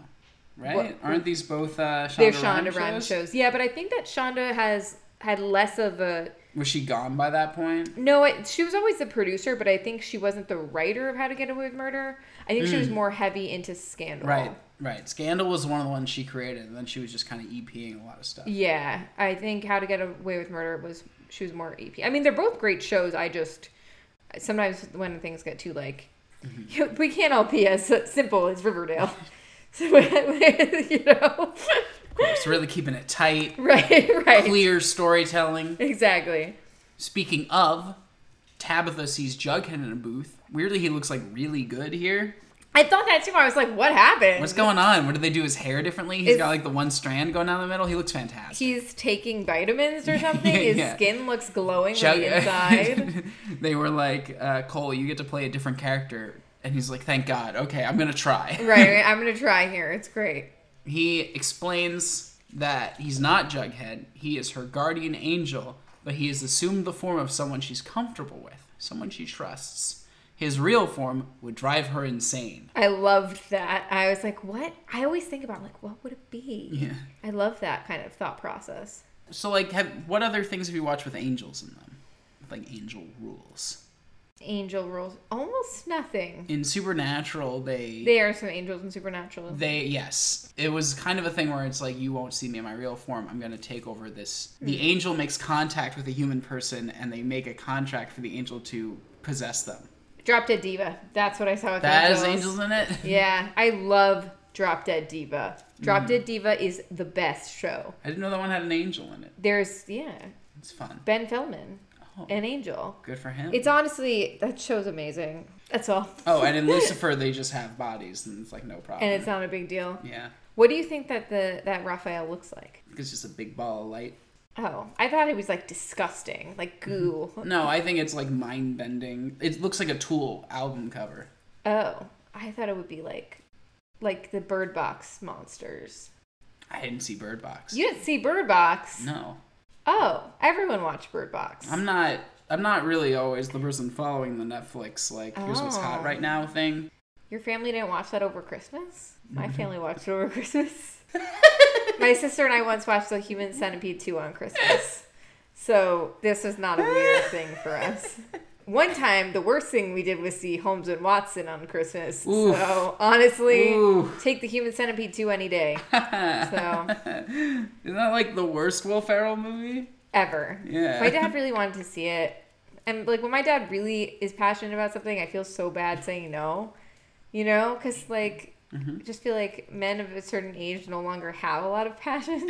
Right? What- Aren't these both uh, Shonda, They're Rhimes Shonda Rhimes shows? shows. Yeah, but I think that Shonda has had less of a Was she gone by that point? No, it, she was always the producer, but I think she wasn't the writer of How to Get Away with Murder. I think she was more heavy into Scandal. Mm. Right, right. Scandal was one of the ones she created, and then she was just kind of EPing a lot of stuff. Yeah, I think How to Get Away with Murder was she was more AP. I mean, they're both great shows. I just sometimes when things get too like Mm-hmm. You- <laughs> We can't all be as simple as Riverdale. <laughs> So, you know, It's really keeping it tight, <laughs> right, right, clear storytelling. exactly. Speaking of, Tabitha sees Jughead in a booth. Weirdly, he looks like really good here. I thought that too. I was like, what happened? What's going on? What did they do his hair differently? He's It's- got like the one strand going down the middle. He looks fantastic. He's taking vitamins or something. <laughs> Yeah, His yeah. skin looks glowing on Jug- the inside. <laughs> they were like, uh, Cole, you get to play a different character. And he's like, thank God. Okay, I'm going to try. right, right. I'm gonna try here. It's great. He explains that he's not Jughead. He is her guardian angel, but he has assumed the form of someone she's comfortable with, someone she trusts. His real form would drive her insane. I loved that. I was like, what? I always think about like, what would it be? Yeah. I love that kind of thought process. So, like, have, what other things have you watched with angels in them? With, Like angel rules. Angel rules almost nothing. In Supernatural, they They are some angels and supernatural. They yes, it was kind of a thing where it's like you won't see me in my real form. I'm going to take over this. Mm. The angel makes contact with a human person, and they make a contract for the angel to possess them. Drop Dead Diva. That's what I saw with That angels. is angels in it. Yeah, I love Drop Dead Diva. Mm. Drop Dead Diva is the best show. <laughs> I didn't know that one had an angel in it. There's yeah, It's fun. Ben Feldman, Oh. an angel. Good for him. It's honestly that show's amazing. That's all, <laughs> oh, and in Lucifer, they just have bodies, and it's like no problem. and it's not a big deal. yeah, What do you think that the that Raphael looks like? it's just a big ball of light. Oh, I thought it was like disgusting, like goo. No, I think it's like mind bending. It looks like a Tool album cover. Oh, I thought it would be like like the Bird Box monsters. I didn't see Bird Box. You didn't see Bird Box. no, Oh, everyone watched Bird Box. I'm not. I'm not really always the person following the Netflix like here's what's hot Oh. right now thing. Your family didn't watch that over Christmas? Mm-hmm. My family watched it over <laughs> <laughs> Christmas. My sister and I once watched The Human Centipede 2 on Christmas. So this was not a <laughs> weird thing for us. One time, the worst thing we did was see Holmes and Watson on Christmas. Oof. So honestly, Oof. take The Human Centipede 2 any day. So <laughs> Isn't that like the worst Will Ferrell movie? ever. Yeah. My <laughs> dad really wanted to see it. And like when my dad really is passionate about something, I feel so bad saying no. You know, cuz like Mm-hmm. I just feel like men of a certain age no longer have a lot of <laughs> passions.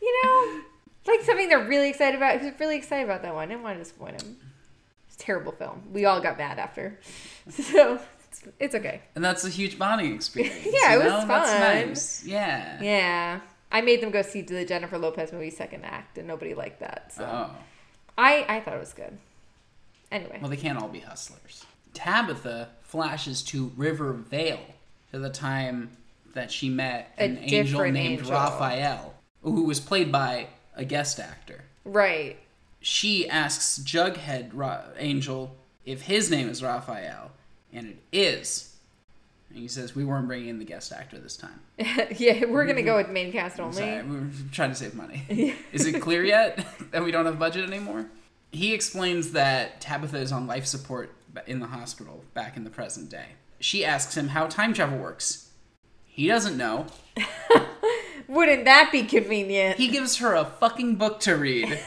you know, like something they're really excited about. He was really excited about that one. I didn't want to disappoint him. It's a terrible film. We all got mad after. <laughs> So it's, it's okay. And that's a huge bonding experience. <laughs> Yeah, you it was know? That's fun. nice. Yeah. Yeah. I made them go see the Jennifer Lopez movie second act and nobody liked that. So Oh. I I thought it was good. Anyway, Well, they can't all be hustlers. Tabitha flashes to Rivervale to the time that she met A an angel different named angel. Raphael, who was played by a guest actor. right. <laughs> she asks Jughead Ra- Angel if his name is Raphael, and it is. And he says, We weren't bringing in the guest actor this time. yeah, we're gonna Mm-hmm. go with main cast only. Sorry, we were <laughs> trying to save money. is it clear yet <laughs> that we don't have budget anymore? He explains that Tabitha is on life support b- in the hospital back in the present day. She asks him how time travel works. He doesn't know. Wouldn't that be convenient? He gives her a fucking book to read.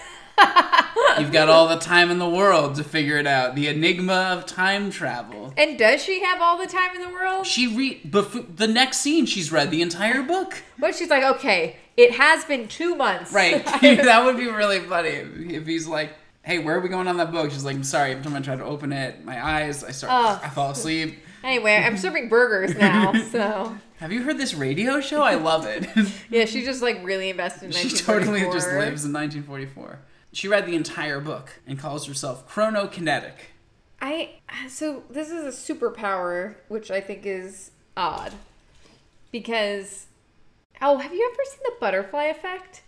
You've got all the time in the world to figure it out. The enigma of time travel. and does she have all the time in the world? She read befo- the next scene. She's read the entire book. But she's like, okay, it has been two months. <laughs> Right. <laughs> that would be really funny if he's like, "Hey, where are we going on that book?" She's like, "I'm sorry. Every time I try to open it, my eyes, I start, Ugh. I fall asleep." anyway, I'm serving burgers <laughs> now, so Have you heard this radio show? I love it. <laughs> yeah, she's just like really invested in. she totally just 1944. lives in 1944. She read the entire book and calls herself chronokinetic. I so this is a superpower, which I think is odd, because oh, have you ever seen the butterfly effect?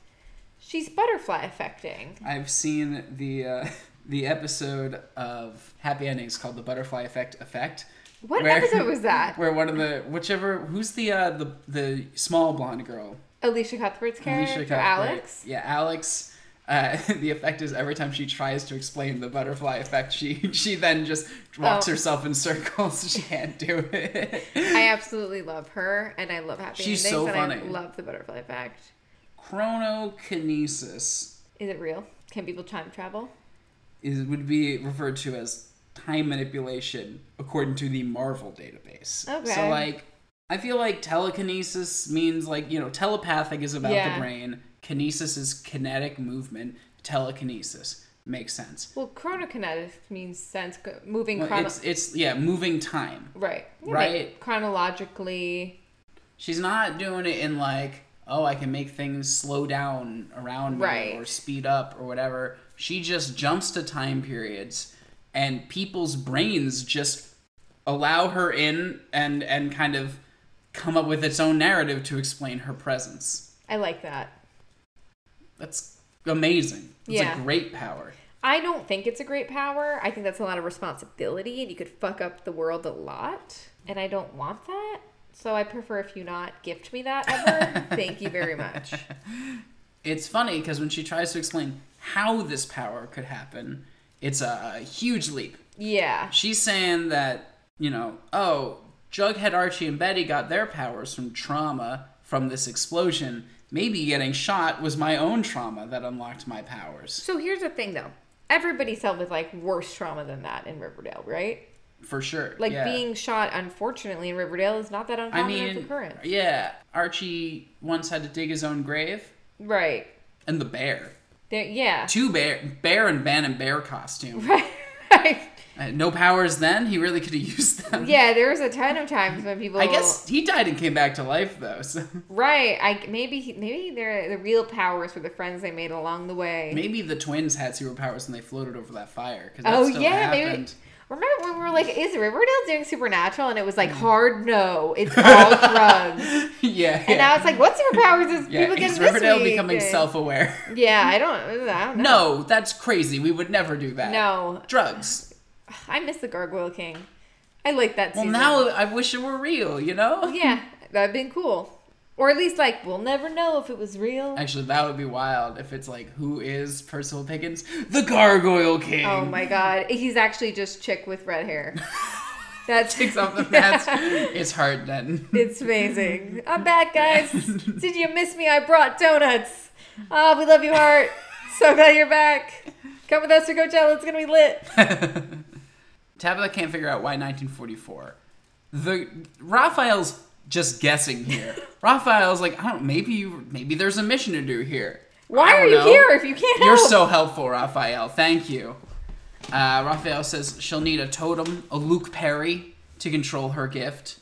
She's butterfly affecting. I've seen the uh, <laughs> the episode of Happy Endings called the Butterfly Effect Effect. What episode was that? <laughs> Where one of the whichever who's the uh, the the small blonde girl Alicia Cuthbert's character, Alicia Cuthbert. Alex. Yeah, Alex. Uh, <laughs> the effect is every time she tries to explain the butterfly effect, she <laughs> she then just walks Oh. herself in <laughs> circles. She can't do it. I absolutely love her, and I love Happy She's Endings, so and funny. I love the Butterfly Effect. Chronokinesis Is it real? Can people time travel? is would be referred to as time manipulation according to the Marvel database. So Okay. like I feel like telekinesis means like, you know, telepathic is about Yeah. the brain, kinesis is kinetic movement, telekinesis makes sense. Well, chronokinetic means sense co- moving Well, chrono- it's it's yeah, moving time. right, Yeah, Right. like chronologically. She's not doing it in like, oh, I can make things slow down around me Right. or speed up or whatever. She just jumps to time periods and people's brains just allow her in and and kind of come up with its own narrative to explain her presence. I like that. That's amazing. It's Yeah. a great power. I don't think it's a great power. I think that's a lot of responsibility, and you could fuck up the world a lot. And I don't want that. So I prefer if you not gift me that <laughs> ever. Thank you very much. It's funny because when she tries to explain how this power could happen, it's a huge leap. Yeah. She's saying that, you know, oh, Jughead, Archie, and Betty got their powers from trauma from this explosion. Maybe getting shot was my own trauma that unlocked my powers. So here's the thing, though. Everybody's dealt with like worse trauma than that in Riverdale, right? For sure. Like yeah. being shot, unfortunately, in Riverdale is not that I uncommon of mean, occurrence. yeah. Archie once had to dig his own grave, Right. and the bear. There, yeah. Two bear, bear and Ban and bear costume. Right. <laughs> right. Uh, no powers then. He really could have used them. Yeah, there was a ton of times when people. I guess he died and came back to life though. So <laughs> Right. I maybe he- maybe their the real powers were the friends they made along the way. maybe the twins had superpowers and they floated over that fire. 'cause that oh still yeah, maybe. happened. Remember when we were like, is Riverdale doing supernatural? And it was Mm. like, hard no, <laughs> it's all drugs. yeah, And yeah. I was like, what superpowers is yeah. people getting this is Riverdale week? becoming And- self-aware? Yeah, I don't, I don't know. no, that's crazy. We would never do that. No. drugs. I miss the Gargoyle King. I like that Well, season. now I wish it were real. You know. yeah, that'd been cool. Or at least like, we'll never know if it was real. Actually, that would be wild if it's like, who is Percival Pickens? The Gargoyle King. Oh my god, he's actually just chick with red hair. <laughs> That's <laughs> Takes <laughs> off the mask. It's hard then. It's amazing. I'm back, <laughs> guys. Did you miss me? I brought donuts. Oh, we love you, Art. So glad you're back. Come with us to Coachella. It's gonna be lit. Tabitha can't figure out why 1944. The Raphael's just <laughs> guessing here. Raphael's like, I don't. Maybe you. Maybe there's a mission to do here. I Why don't are you know. here if you can't You're help? so helpful, Raphael. Thank you. Uh, Raphael says she'll need a totem, a Luke Perry, to control her gift.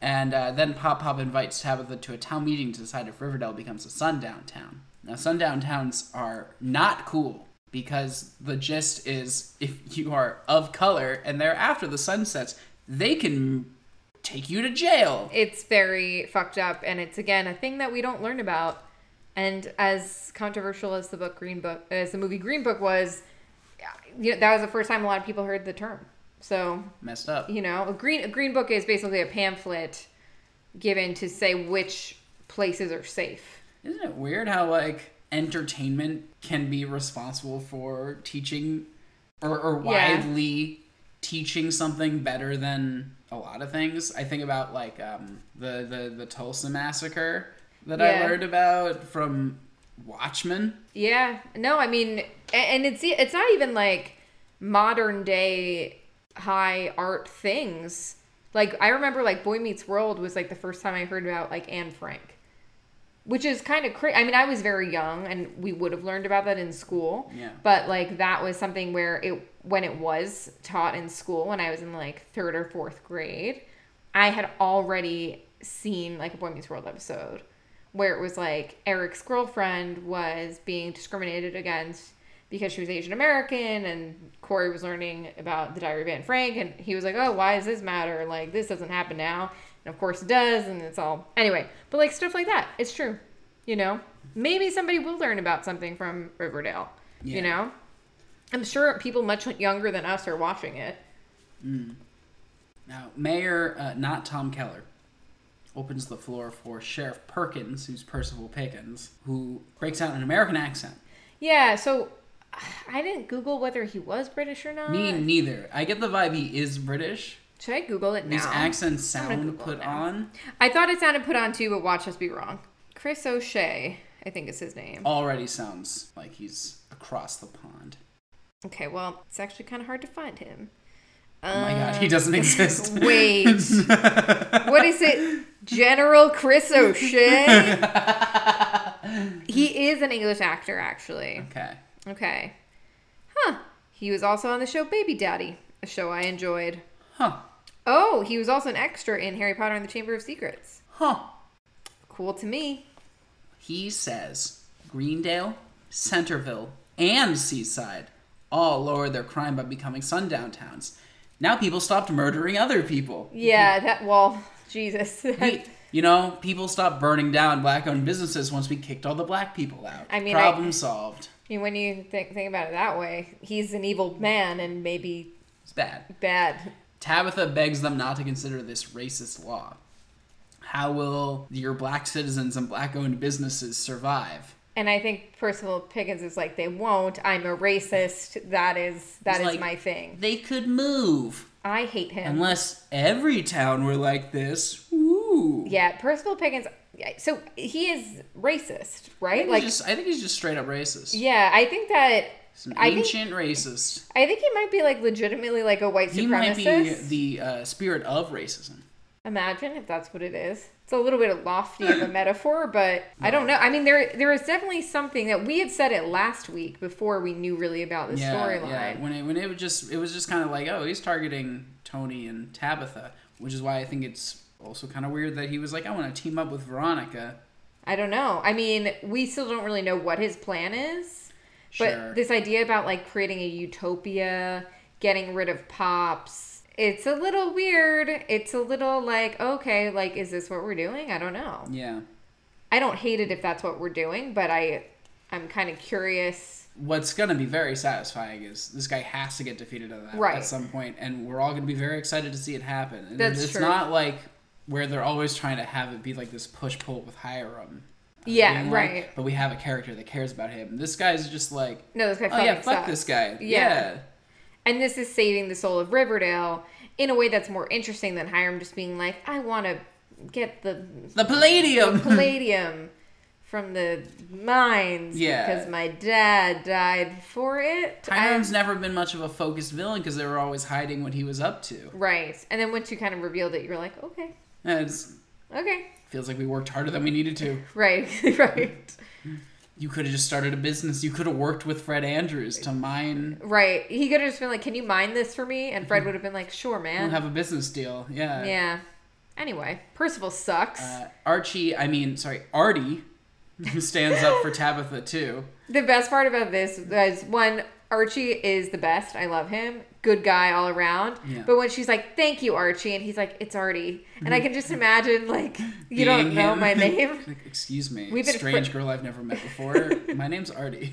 And uh, then Pop Pop invites Tabitha to a town meeting to decide if Riverdale becomes a sundown town. Now, sundown towns are not cool because the gist is if you are of color and they're after the sun sets, they can take you to jail. It's very fucked up, and it's again a thing that we don't learn about. And as controversial as the book Green Book, as the movie Green Book was, you know, that was the first time a lot of people heard the term. So Messed up. you know a green a green book is basically a pamphlet given to say which places are safe Isn't it weird how like entertainment can be responsible for teaching or, or Yeah. widely teaching something better than a lot of things? I think about like um, the, the the Tulsa massacre that Yeah. I learned about from Watchmen. yeah no i mean a- and it's e, it's not even like modern day high art things like i remember like boy meets world was like the first time i heard about like anne frank which is kind of crazy. I mean, I was very young, and we would have learned about that in school. Yeah. But like that was something where it when it was taught in school when I was in like third or fourth grade, I had already seen like a Boy Meets World episode where it was like Eric's girlfriend was being discriminated against because she was Asian American and Corey was learning about the Diary of Anne Frank and he was like, Oh, why does this matter? Like this doesn't happen now. And of course it does and it's all anyway. But like stuff like that. It's true. You know? Maybe somebody will learn about something from Riverdale. Yeah. You know? I'm sure people much younger than us are watching it. Now, Mayor, uh, not Tom Keller, opens the floor for Sheriff Perkins, who's Percival Pickens, who breaks out in an American accent. Yeah, so I didn't Google whether he was British or not. Me neither. I get the vibe he is British. Should I Google it now? These accents I'm gonna sound Google it put now. on. I thought it sounded put on too, but watch us be wrong. Chris O'Shea, I think is his name. already sounds like he's across the pond. Okay, well, it's actually kind of hard to find him. Oh my god, <laughs> he doesn't exist. <laughs> Wait. what is it? General Chris O'Shea? he is an English actor, actually. okay. Okay. Huh. He was also on the show Baby Daddy, a show I enjoyed. Huh. Oh, he was also an extra in Harry Potter and the Chamber of Secrets. Huh. Cool to me. He says Greendale, Centerville, and Seaside all lowered their crime by becoming sundown towns. Now people stopped murdering other people. Yeah, that well, <laughs> Jesus. We- you know, people stopped burning down black owned businesses once we kicked all the black people out. I mean, I- problem solved. I mean, when you think think about it that way, he's an evil man and maybe It's bad. bad. Tabitha begs them not to consider this racist law. How will your black citizens and black owned businesses survive? And I think Percival Pickens is like, they won't. I'm a racist. That is that is He's like, my thing. They could move. I hate him. Unless every town were like this. Ooh. yeah, Percival Pickens. So he is racist, I right? think, Like, he's just, I think he's just straight up racist. yeah, I think that He's an I think- ancient racist. I think he might be like legitimately like a white He supremacist. might be the uh, spirit of racism. Imagine if that's what it is. It's a little bit lofty <laughs> of a metaphor, but I don't know. I mean, there there is definitely something that we had said it last week before we knew really about the storyline. When it when it was just it was just kind of like oh he's targeting Tony and Tabitha, which is why I think it's also kind of weird that he was like I want to team up with Veronica. I don't know. I mean, we still don't really know what his plan is, but Sure. this idea about like creating a utopia, getting rid of pops, it's a little weird. It's a little like, okay, like is this what we're doing? I don't know. yeah. I don't hate it if that's what we're doing, but I I'm kind of curious What's gonna be very satisfying is this guy has to get defeated at that Right. at some point, and we're all gonna be very excited to see it happen. And That's it's true. not like where they're always trying to have it be like this push pull with Hiram. Yeah, being like, right. but we have a character that cares about him. This guy's just like, No, this guy oh fucking yeah, fuck sucks. this guy. Yeah. yeah. And this is saving the soul of Riverdale in a way that's more interesting than Hiram just being like, I want to get the <laughs> The Palladium. palladium from the mines Yeah. because my dad died for it. Hiram's And- never been much of a focused villain because they were always hiding what he was up to. right. And then once you kind of revealed it, you were like, okay, And it okay. <laughs> feels like we worked harder than we needed to. Right, <laughs> right, You could have just started a business. You could have worked with Fred Andrews to mine right. He could have just been like, can you mine this for me? And Fred would have been like, sure, man. and Mm-hmm. have a business deal. Yeah. yeah. Anyway, Percival sucks. Uh, Archie, I mean, sorry, Artie stands up for Tabitha too. The best part about this is one, Archie is the best. I love him. Good guy all around. Yeah. But when she's like, "Thank you, Archie," and he's like, "It's Artie," and I can just imagine like, you don't Mm-hmm. Being know him. my name, <laughs> Like, Excuse me. We've been Strange fri- girl I've never met before. My <laughs> name's Artie.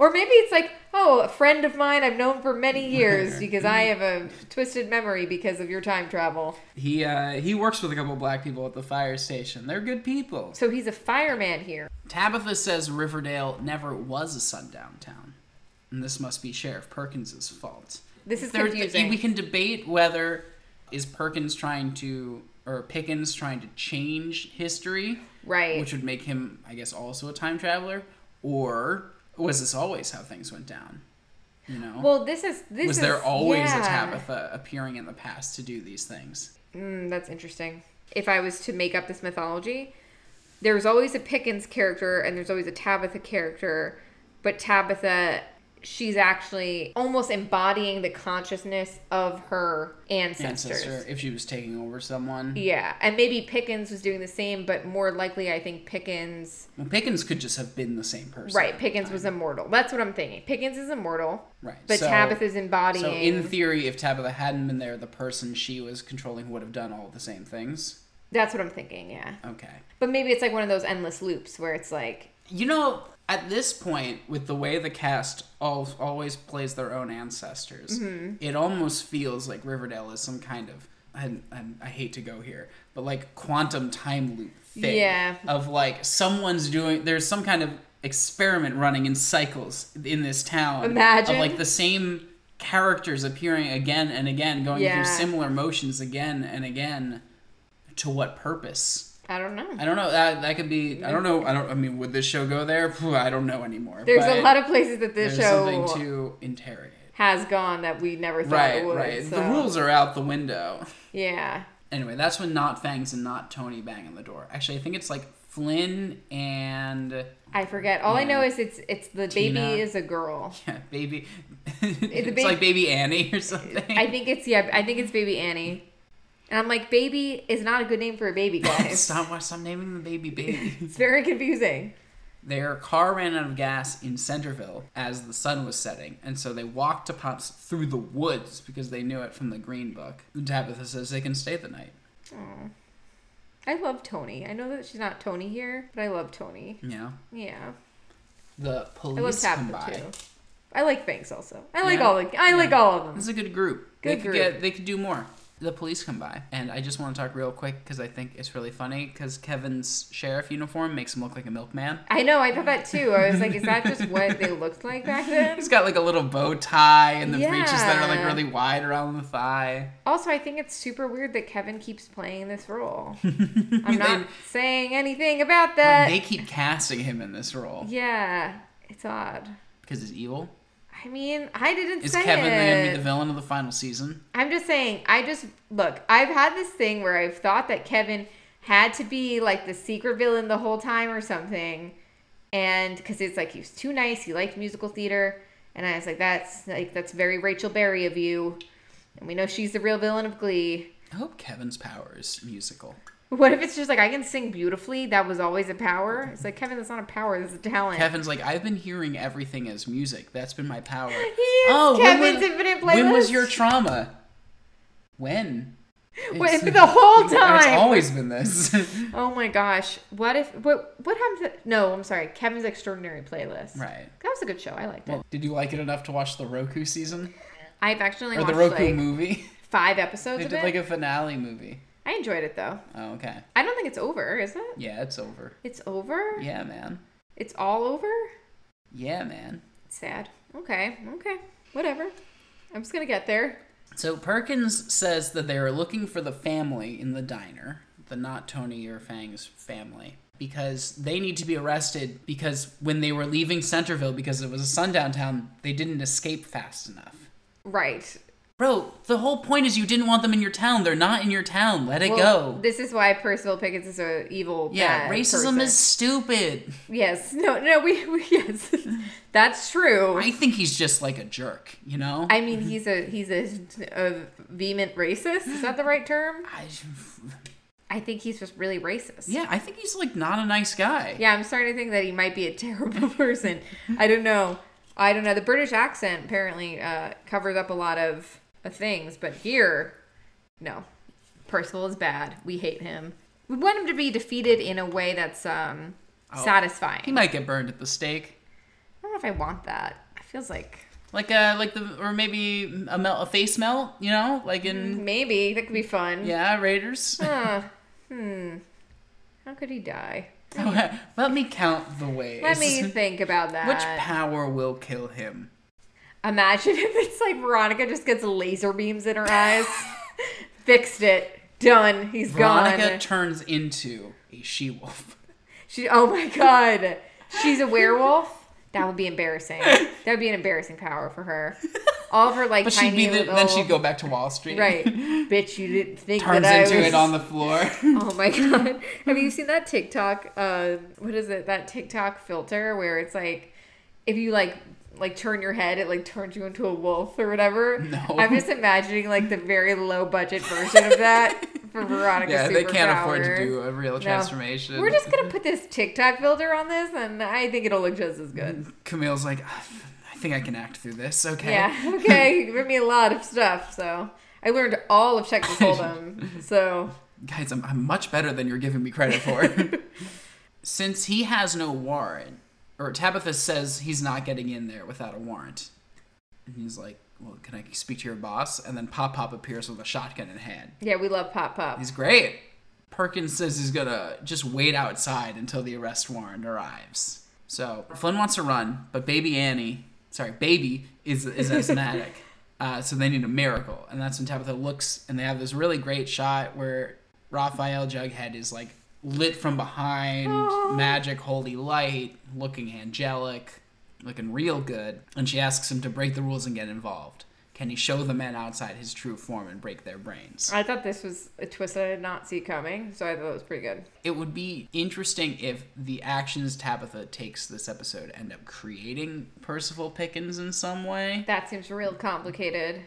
or maybe it's like, "Oh, a friend of mine I've known for many years because I Mm-hmm. have a twisted memory because of your time travel." he uh, he works with a couple black people at the fire station. They're good people. So he's a fireman here. Tabitha says Riverdale never was a sundown town, and this must be Sheriff Perkins's fault. This is There- confusing. we can debate whether is Perkins trying to or Pickens trying to change history, Right. Which would make him, I guess, also a time traveler, or was this always how things went down? You know, well, this is this was is, there always yeah. a Tabitha appearing in the past to do these things? Mm, that's interesting. If I was to make up this mythology, there's always a Pickens character and there's always a Tabitha character, but Tabitha, she's actually almost embodying the consciousness of her ancestors. Ancestor, if she was taking over someone, Yeah, and maybe Pickens was doing the same, but more likely, I think Pickens. well, Pickens could just have been the same person, Right, Pickens was immortal. That's what I'm thinking. Pickens is immortal, Right, but so- Tabitha's embodying. So in theory, if Tabitha hadn't been there, the person she was controlling would have done all the same things. that's what I'm thinking. Yeah, Okay. but maybe it's like one of those endless loops where it's like, You know, at this point, with the way the cast all, always plays their own ancestors, Mm-hmm. it almost feels like Riverdale is some kind of I, I, I hate to go here, but like quantum time loop thing. Yeah. Of like someone's doing there's some kind of experiment running in cycles in this town. Imagine. of like the same characters appearing again and again, going Yeah. through similar motions again and again. To what purpose? I don't know. I don't know. That that could be. I don't know. I don't. I mean, would this show go there? Phew, I don't know anymore. There's a But lot of places that this there's show something to interrogate. has gone that uh, we never thought Right, it would. right. so- The rules are out the window. Yeah. Anyway, that's when not Fangs and not Tony bang on the door. Actually, I think it's like Flynn and I forget. All I know is it's it's the Tina. baby is a girl. yeah, baby. <laughs> it's ba- like baby Annie or something. I think it's yeah. I think it's baby Annie. And I'm like, baby is not a good name for a baby, guys. <laughs> <laughs> stop, why- stop naming the baby baby. It's very confusing. Their car ran out of gas in Centerville as the sun was setting, and so they walked to Pops through the woods because they knew it from the Green Book. Tabitha says they can stay the night. I love Tony. I know that she's not Tony here, but I love Tony. You know, Yeah, the I love police come by. Tabitha too. I like Banks also. I like Yeah. all the, I like all of them. This is a good group. they Good could group. get they could do more. The police come by, and I just want to talk real quick because I think it's really funny because Kevin's sheriff uniform makes him look like a milkman. I know. I thought that too. I was like, is that just what they looked like back then? He's got like a little bow tie and the breeches that are like Yeah. really wide around the thigh. <laughs> Also, I think it's super weird that Kevin keeps playing this <laughs> role. I'm not saying anything about that. They keep casting him in this role yeah, it's odd. because he's evil. I mean, I didn't Is say Kevin it. going to be the villain of the final season? I'm just saying, I just look, I've had this thing where I've thought that Kevin had to be like the secret villain the whole time or something. And because it's like he was too nice, he liked musical theater. And I was like, that's like, that's very Rachel Berry of you. And we know she's the real villain of Glee. I hope Kevin's power is musical. <laughs> What if it's just like, I can sing beautifully? That was always a power. It's like, Kevin, that's not a power, that's a talent. Kevin's like, I've been hearing everything as music. That's been <laughs> my power. is Kevin's infinite When Oh, was playlist. your trauma? <laughs> When? What if It's- the whole <laughs> It's time? always <laughs> been this. <laughs> oh my gosh. What if, what, what happened to, no, I'm sorry, Kevin's Extraordinary Playlist. right. That was a good show. I liked it. Well, did you like it enough to watch the Roku season I've actually or watched the Roku like movie? <laughs> five They episodes of did it. like a finale movie. I enjoyed it though. Oh, okay. I don't think it's over, is it? Yeah, it's over. It's over? Yeah, man. It's all over? Yeah, man. Sad. Okay. Okay. Whatever. I'm just gonna get there. So Perkins says that they are looking for the family in the diner, the not Tony or Fang's family, because they need to be arrested because when they were leaving Centerville because it was a sundown town, they didn't escape fast enough. Right. Bro, the whole point is you didn't want them in your town. They're not in your town. Let it Well, go. This is why Percival Pickens is a evil. Yeah, bad racism person. is stupid. Yes. <laughs> No. No. We. we yes. <laughs> That's true. I think he's just like a jerk, you know? I mean, he's a he's a, a vehement racist. Is that the right term? I- I think he's just really racist. yeah, I think he's like not a nice guy. Yeah, I'm starting to think that he might be a <laughs> terrible person. I don't know. I don't know. The British accent apparently uh, covers up a lot of uh, things, but here, no. Percival is bad. We hate him. We want him to be defeated in a way that's um, satisfying. Oh. He might get burned at the stake. I don't know if I want that. It feels like Like a like the or maybe a melt a face melt, you know? Like in maybe that could be fun. yeah, Raiders. Huh. hmm. How could he die? <laughs> Let me count the ways. Let me think about that. <laughs> Which power will kill him? Imagine <laughs> if it's like Veronica just gets laser beams in <laughs> her eyes. Fixed it. Done. He's Veronica gone. turns into a she-wolf. She oh my god. She's a werewolf. That would be <laughs> embarrassing. That would be an embarrassing power for her. All of her like But she'd tiny be the, little, then she'd go back to Wall Street. <laughs> Right. Bitch, you didn't think Turns that I into was it on <laughs> the floor. Oh my <laughs> god! Have you seen that TikTok? Uh, what is it? That TikTok filter where it's like, if you like, like turn your head, it like turns you into a wolf or whatever. No. I'm just imagining like the very low budget version of that for Veronica. yeah, they can't afford to Superpower. do a real No. transformation. We're just gonna put this TikTok filter on this, and I think it'll look just as <laughs> good. Camille's like, "Ah, I think I can act through this. Okay. Yeah. Okay. You give me a lot of stuff, so I learned all of Check This <laughs> Hold'em. So Guys, I'm, I'm much better than you're giving me credit for. Since he has no warrant, or Tabitha says he's not getting in there without a warrant. And he's like, Well, can I speak to your boss? And then Pop Pop appears with a shotgun in hand. yeah, we love Pop Pop. He's great. Perkins says he's gonna just wait outside until the arrest warrant arrives. So Flynn wants to run, but baby Annie, sorry, baby is is asthmatic. Uh, so they need a miracle, and that's when Tabitha looks, and they have this really great shot where Raphael Jughead is like lit from behind, magic holy light, looking angelic. looking real good, and she asks him to break the rules and get involved. Can he show the men outside his true form and break their brains? I thought this was a twist that I did not see coming, so I thought it was pretty good. It would be interesting if the actions Tabitha takes this episode end up creating Percival Pickens in some way. That seems real complicated.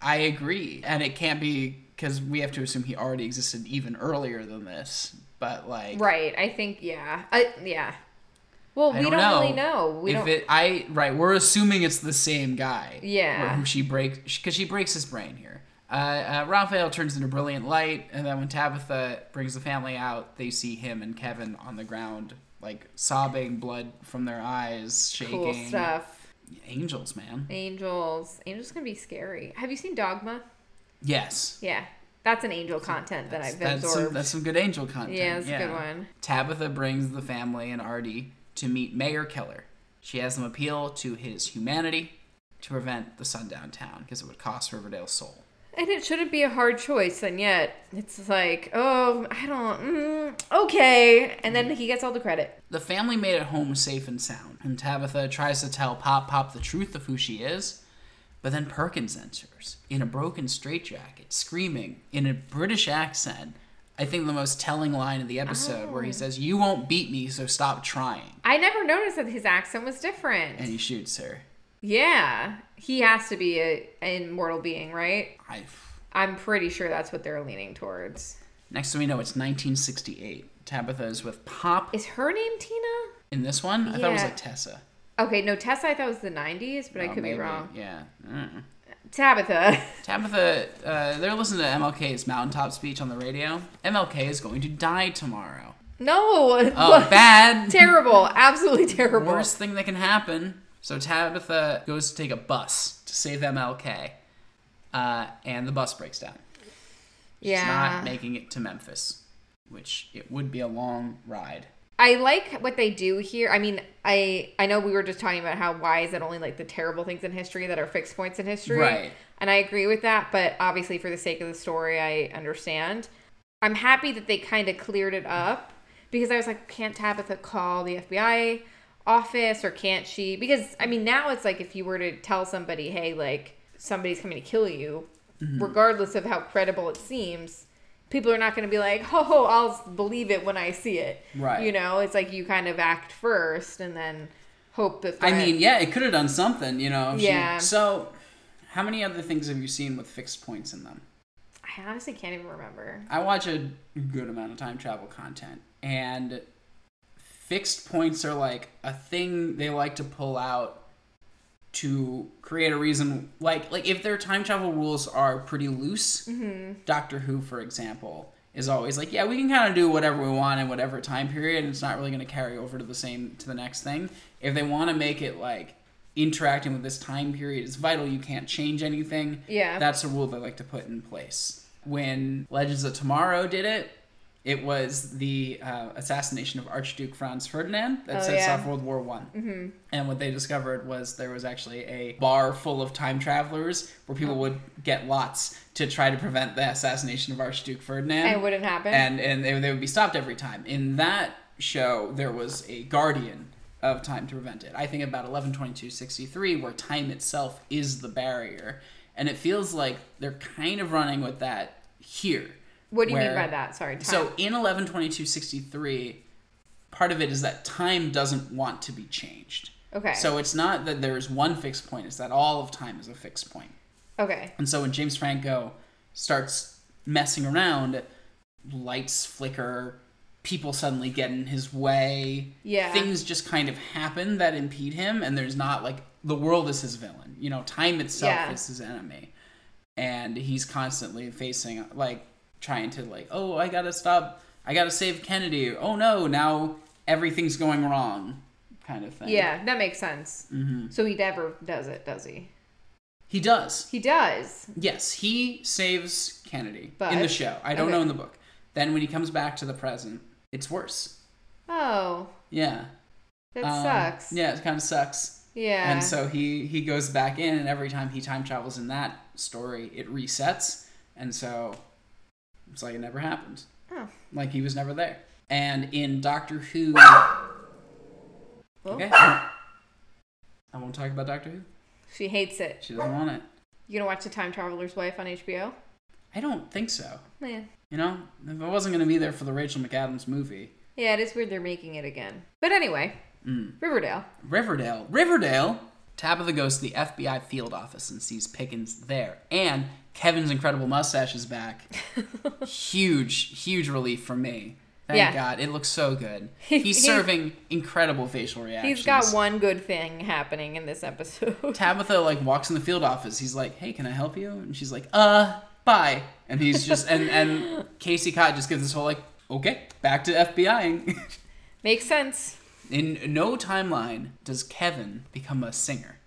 I agree. And it can't be because we have to assume he already existed even earlier than this. But like, Right. I think yeah. I, yeah. Well, I we don't, don't, really know. We if don't. it, I right, we're assuming it's the same guy. Yeah. or who she breaks because she breaks his brain here. Uh, uh, Raphael turns into brilliant light, and then when Tabitha brings the family out, they see him and Kevin on the ground, like sobbing, blood from their eyes, shaking. cool stuff. Angels, man. Angels. Angels can be scary. Have you seen Dogma? Yes. Yeah. That's an angel content that I've That's some, absorbed. that's some good angel content. yeah, that's a good one. Tabitha brings the family and Artie to meet Mayor Keller. She has them appeal to his humanity to prevent the sundown town because it would cost Riverdale's soul. And it shouldn't be a hard choice, and yet it's like, oh, I don't. Mm, okay. And then he gets all the credit. The family made it home safe and sound, and Tabitha tries to tell Pop Pop the truth of who she is, but then Perkins enters in a broken straitjacket, screaming in a British accent. I think the most telling line of the episode, where he says, You won't beat me, so stop trying. I never noticed that his accent was different. And he shoots her. yeah. He has to be a, an immortal being, right? I, I'm pretty sure that's what they're leaning towards. next thing we know, it's 1968. Tabitha is with Pop Is her name Tina? in this one. I thought it was Yeah. like Tessa. Okay, no, Tessa I thought was the 90s, but I Oh, could maybe. be wrong. Yeah. Mm. Tabitha. <laughs> Tabitha, uh, they're listening to MLK's mountaintop speech on the radio. MLK is going to die tomorrow. no. Oh, <laughs> bad. terrible. Absolutely terrible. Worst thing that can happen. So Tabitha goes to take a bus to save MLK, uh, and the bus breaks down. She's yeah. not making it to Memphis, which it would be a long ride. I like what they do here. I mean, I I know we were just talking about how why is it only like the terrible things in history that are fixed points in history, Right. And I agree with that, but obviously for the sake of the story, I understand. I'm happy that they kind of cleared it up because I was like, can't Tabitha call the FBI office or can't she? Because I mean, now it's like if you were to tell somebody, hey, like somebody's coming to kill you, Mm-hmm. regardless of how credible it seems, people are not going to be like, oh, I'll believe it when I see it. Right. You know, it's like you kind of act first and then hope that. I threat- mean, yeah, it could have done something, you know. if she- Yeah. so, how many other things have you seen with fixed points in them? I honestly can't even remember. I watch a good amount of time travel content, and fixed points are like a thing they like to pull out to create a reason. Like, like if their time travel rules are pretty loose, Mm-hmm. Doctor Who, for example, is always like, yeah, we can kind of do whatever we want in whatever time period, and it's not really going to carry over to the same to the next thing. If they want to make it like interacting with this time period is vital, you can't change anything. Yeah. that's a rule they like to put in place. When Legends of Tomorrow did it, it was the uh, assassination of Archduke Franz Ferdinand that Oh, sets yeah. off World War One. Mm-hmm. And what they discovered was there was actually a bar full of time travelers where Oh. people would get lots to try to prevent the assassination of Archduke Ferdinand. And it wouldn't happen. And and they, they would be stopped every time. In that show, there was a guardian of time to prevent it. I think about 112263, where time itself is the barrier, and it feels like they're kind of running with that here. What do you mean where- by that? Sorry. Time. so in 112263, part of it is that time doesn't want to be changed. Okay. So it's not that there's one fixed point, it's that all of time is a fixed point. okay. And so when James Franco starts messing around, lights flicker, people suddenly get in his way. Yeah. Things just kind of happen that impede him, and there's not like the world is his villain. You know, time itself Yeah. is his enemy. And he's constantly facing like trying to like, oh, I gotta stop I gotta save Kennedy. Oh no, now everything's going wrong kind of thing. Yeah, that makes sense. Mm-hmm. So he never does it, does he? He does. He does. Yes, he saves Kennedy in the But- show. I don't okay. know in the book. Then when he comes back to the present, it's worse. Oh, Yeah. that Um, sucks. Yeah, it kind of sucks. Yeah. And so he he goes back in and every time he time travels in that story, it resets. And so it's like it never happened. Oh. Like he was never there. And in Doctor Who Well, Okay. I won't talk about Doctor Who. She hates it. She doesn't want it. You gonna watch The Time Traveler's Wife on HBO? I don't think so. Man. You know, if I wasn't going to be there for the Rachel McAdams movie, Yeah, it is weird they're making it again. But anyway, Mm. Riverdale. Riverdale. Riverdale! Tabitha goes to the FBI field office and sees Pickens there. And Kevin's incredible mustache is <laughs> back. huge, huge relief for me. Thank Yeah. God. It looks so <laughs> good. He's- He's, he's- serving incredible facial reactions. He's got one good thing happening in this episode. Tabitha like walks in the field office. He's like, "Hey, can I help you?" And she's like, "Uh, bye." And he's just and <laughs> and Casey Cott just gives this whole like, "Okay, back to FBIing." <laughs> Makes sense. <laughs> in no timeline does Kevin become a singer.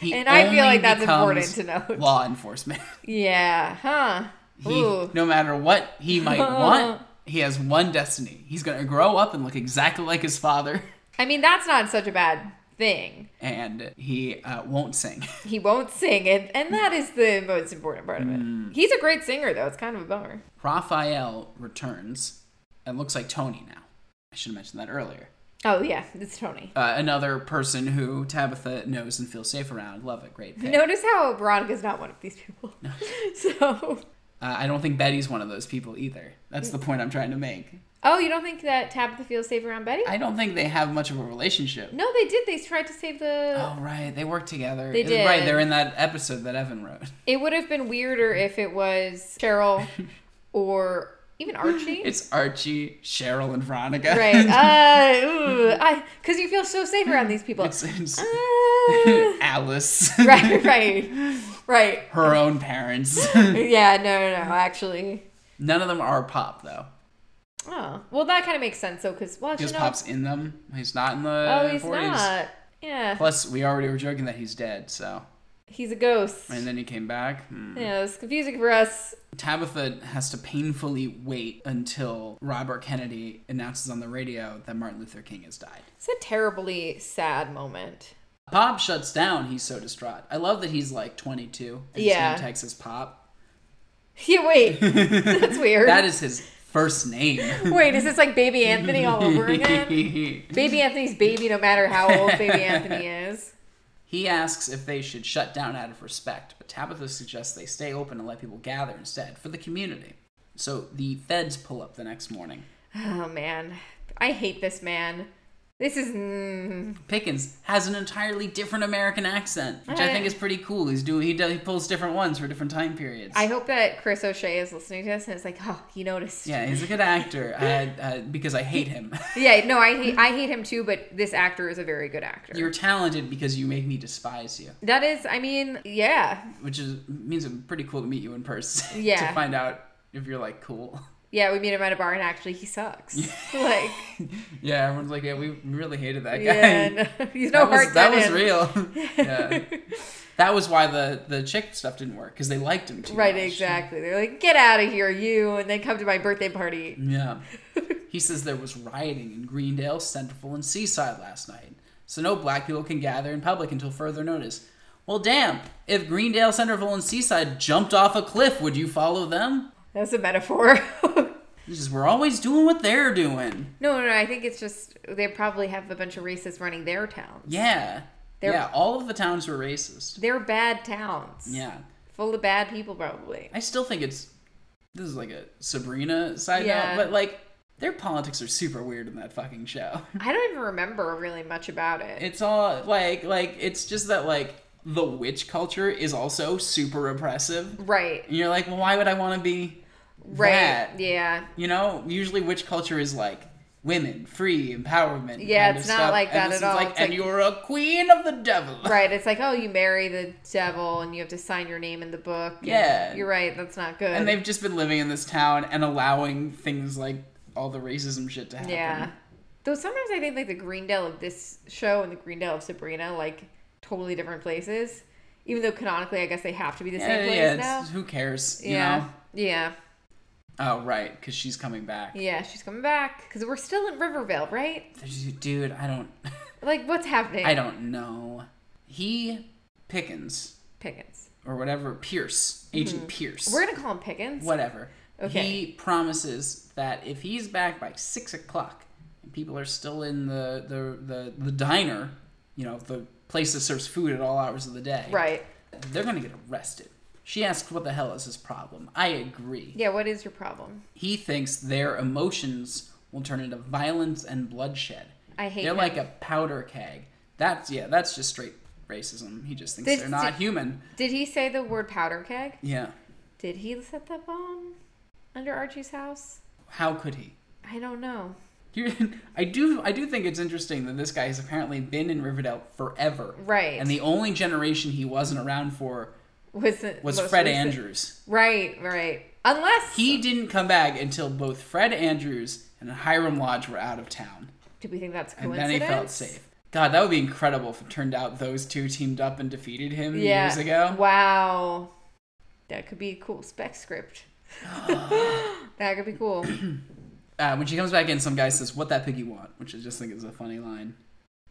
He And I feel only like that's becomes important to note. Law enforcement. <laughs> <laughs> Yeah, huh? He, Ooh. no matter what <laughs> he might want, he has one destiny. He's gonna grow up and look exactly like his father, <laughs> I mean, that's not such a bad thing. and he uh, won't sing. <laughs> He won't sing, and, and that is the most important part of it. Mm. He's a great singer, though. It's kind of a bummer. Raphael returns and looks like Tony now. I should have mentioned that earlier. Oh, yeah, it's Tony. Uh, another person who Tabitha knows and feels safe around. Love it. Great pick. Uh, Notice how Veronica's not one of these people. <laughs> so, Uh, I don't think Betty's one of those people either. Mm. That's the point I'm trying to make. oh, you don't think that Tabitha feels safe around Betty? I don't think they have much of a relationship. no, they did. They tried to save the. <laughs> Oh, right. They work together. Uh, They did. Right. They're in that episode that Evan wrote. <laughs> It would have been weirder if it was Cheryl or even Archie. It's Archie, Cheryl, and Veronica. <laughs> right. Uh, ooh, I because you feel so safe around these people. it's, it's Ah. <laughs> Alice. <laughs> right, right, right. <laughs> Her own <laughs> parents. <laughs> Yeah, no, no, no. Actually, None of them are pop, though. oh, well, that kind of makes sense though, because well, actually, Just no. pops in them. He's not in the oh, he's 40s. not. Yeah, Plus, we already were joking that he's dead, so. he's a ghost. And then he came back. Hmm. Yeah, it's confusing for us. Tabitha has to painfully wait until Robert Kennedy announces on the radio that Martin Luther King has died. It's a terribly sad moment. <laughs> Pop shuts down. He's so distraught. I love that he's like 22. And his Yeah. name text is Pop. Yeah, wait, that's weird. That is his first name. <laughs> <laughs> wait, is this like Baby Anthony all over again? Baby Anthony's baby, no matter how old Baby Anthony is. He asks if they should shut down out of respect, but Tabitha suggests they stay open and let people gather instead for the community. So the feds pull up the next morning. Oh man, I hate this man. This is mm, Pickens has an entirely different American accent, which I think is pretty cool. He's doing he, does, he pulls different ones for different time periods. I hope that Chris O'Shea is listening to this and it's like, oh, he noticed. <laughs> yeah, he's a good actor I, uh, because I hate him. <laughs> Yeah, no, I hate I hate him too, but this actor is a very good actor. You're talented because you make me despise you, that is, I mean, yeah, which is means it's pretty cool to meet you in person. <laughs> Yeah. to find out if you're like cool. yeah. We meet him at a bar and actually he sucks. <laughs> <laughs> like, Yeah, everyone's like, yeah, we really hated that guy. yeah, <laughs> no, <laughs> he's no that was, heart. that was in. real. <laughs> yeah. That was why the the chick stuff didn't work because they liked him too Right, much. exactly. They're like, get out of here, you, and then come to my birthday party. <laughs> Yeah. He says there was rioting in Greendale, Centerville, and Seaside last night, so no black people can gather in public until further notice. Well, damn! If Greendale, Centerville, and Seaside jumped off a cliff, would you follow them? That's a metaphor. <laughs> This is we're always doing what they're doing. No, no, no. I think it's just they probably have a bunch of racists running their towns. Yeah. They're- yeah, all of the towns were racist. They're bad towns. Yeah. Full of bad people, probably. I still think it's this is like a Sabrina side Yeah. note, but like their politics are super weird in that fucking show. <laughs> I don't even remember really much about it. It's all like like it's just that like the witch culture is also super repressive. right. And you're like, well, why would I want to be Right. that? Yeah. You know, usually witch culture is like women, free empowerment. Yeah, kind it's of not stuff. like And that at this is all. Like, It's and like- you're a queen of the devil. Right. It's like, oh, you marry the devil and you have to sign your name in the book. and Yeah. You're right. That's not good. And they've just been living in this town and allowing things like all the racism shit to happen. Yeah. Though sometimes I think like the Greendale of this show and the Greendale of Sabrina, like totally different places. Even though canonically, I guess they have to be the Yeah, same place yeah, now. it's- who cares? You yeah. know? Yeah. Oh, right, because she's coming back. Yeah, she's coming back because we're still in Rivervale, right? There's- Dude, I don't, <laughs> Like, what's happening? I don't know. He Pickens Pickens. or whatever Pierce, Agent Pierce, Mm-hmm. We're gonna call him Pickens. whatever. Okay. He promises that if he's back by six o'clock and people are still in the the the, the diner, you know, the place that serves food at all hours of the day. Right. They're going to get arrested. She asks, What the hell is his problem? I agree. Yeah, what is your problem? He thinks their emotions will turn into violence and bloodshed. I hate They're him. like a powder keg. That's, yeah, that's just straight racism. He just thinks This- they're not human. Did he say the word powder keg? Yeah. Did he set that bomb under Archie's house? How could he? I don't know. You- <laughs> I do I do think it's interesting that this guy has apparently been in Riverdale forever. Right. And the only generation he wasn't around for Was was most Fred recent- Andrews. Right, right. Unless He didn't come back until both Fred Andrews and Hiram Lodge were out of town. Do we think that's And coincidence? then he felt safe. God, that would be incredible if it turned out those two teamed up and defeated him Yeah. years ago. Wow. That could be a cool spec <gasps> script. that could be cool. Uh, when she comes back in, some guy says, What that piggy want? Which I just think is a funny line.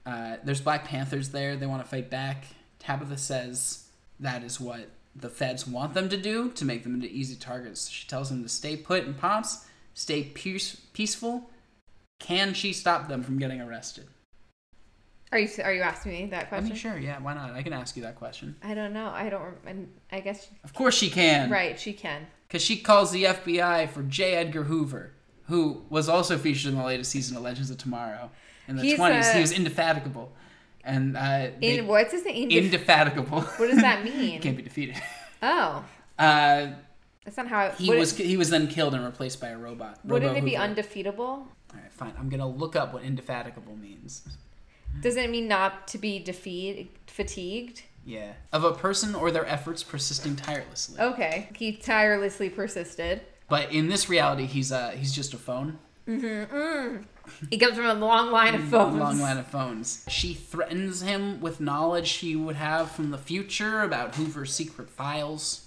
Uh, there's Black Panthers there. They want to fight back. Tabitha says that is what the feds want them to do to make them into easy targets. She tells them to stay put and pops, stay peace- peaceful. Can she stop them from getting arrested? Are you are you asking me that I question? mean, sure, yeah, why not? I can ask you that question. I don't know. I don't. rem- I guess Of course she can. right. She can. Because she calls the FBI for J. Edgar Hoover, who was also featured in the latest season of Legends of Tomorrow. In the He's 20s, a- he was indefatigable. And, uh, they- In what's his name? Indif- <laughs> indefatigable. what does <laughs> that mean? Can't be defeated. oh, Uh, that's not how it, he would was It, he was then killed and replaced by a robot. wouldn't it be Robo-Hoover. undefeatable? All right, fine. I'm gonna look up what indefatigable means. Doesn't it mean not to be defeat fatigued? Yeah, of a person or their efforts persisting tirelessly. Okay. He tirelessly persisted. But in this reality, he's uh he's just a phone. He comes from a long line of phones. Long line of phones. She threatens him with knowledge she would have from the future about Hoover's secret files,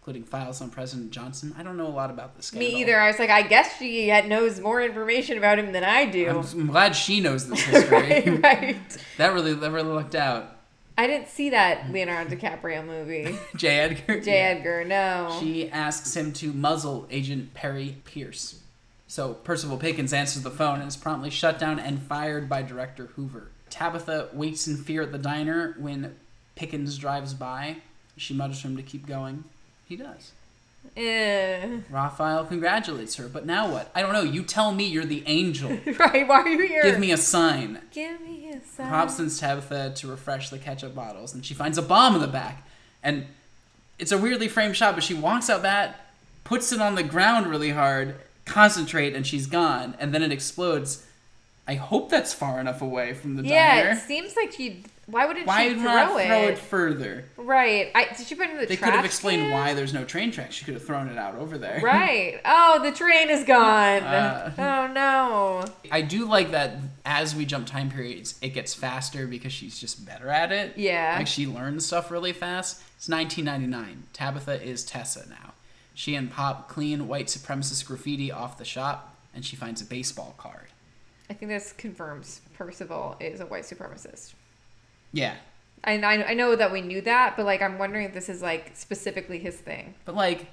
including files on President Johnson. I don't know a lot about this guy. Me at all. either. I was like, I guess she had- knows more information about him than I do. I'm, I'm glad she knows this <laughs> history. <laughs> right, right. That really that really looked out. I didn't see that Leonardo DiCaprio <laughs> movie. J. Edgar. J. Edgar, no. She asks him to muzzle Agent Perry Pierce. So Percival Pickens answers the phone and is promptly shut down and fired by Director Hoover. Tabitha waits in fear at the diner when Pickens drives by. She mutters for him to keep going. He does. Eh. <laughs> Raphael congratulates her, but now what? I don't know. You tell me you're the angel. Right, why are you here? Give me a sign. Give me a sign. Pop sends Tabitha to refresh the ketchup bottles, and she finds a bomb in the back. And it's a weirdly framed shot, but she walks out that, puts it on the ground really hard, concentrate, and she's gone. And then it explodes. I hope that's far enough away from the Yeah, it diner. seems like she. Why wouldn't Why she throw, not it? throw it further? Right. I, did she put it in the They trash could have explained can? why there's no train tracks. She could have thrown it out over there. Right. Oh, the train is gone. Uh. oh no. I do like that as we jump time periods, it gets faster because she's just better at it. Yeah. Like she learns stuff really fast. It's 1999. Tabitha is Tessa now. She and Pop clean white supremacist graffiti off the shop, and she finds a baseball card. I think this confirms Percival is a white supremacist. Yeah. And I, I know that we knew that, but like I'm wondering if this is like specifically his thing, But, like,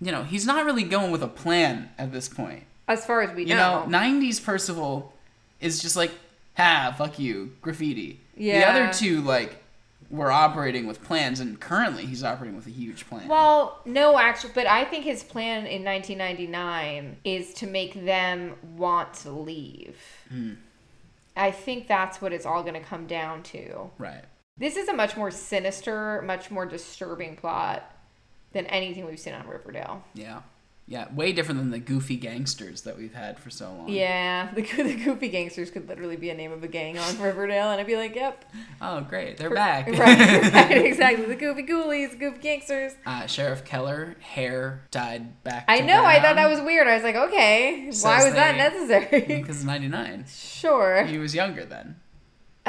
you know, he's not really going with a plan at this point. as far as we You know. know, 90s Percival is just like, ha, fuck you, graffiti. Yeah. The other two, like, were operating with plans, and currently he's operating with a huge plan. well, no, actually, but I think his plan in 1999 is to make them want to leave. Hmm. I think that's what it's all going to come down to. right. This is a much more sinister, much more disturbing plot than anything we've seen on Riverdale. Yeah. Yeah, way different than the goofy gangsters that we've had for so long. Yeah, <laughs> the, the goofy gangsters could literally be a name of a gang <laughs> on Riverdale, and I'd be like, yep. Oh, great. They're back. Right, <laughs> right, exactly. The goofy ghoulies, goofy gangsters. <laughs> Uh, Sheriff Keller, hair dyed back. I to know, I thought brown. <laughs> that was weird. I was like, okay, why Says was that they- <laughs> necessary? Because 99. <laughs> sure. He was younger then.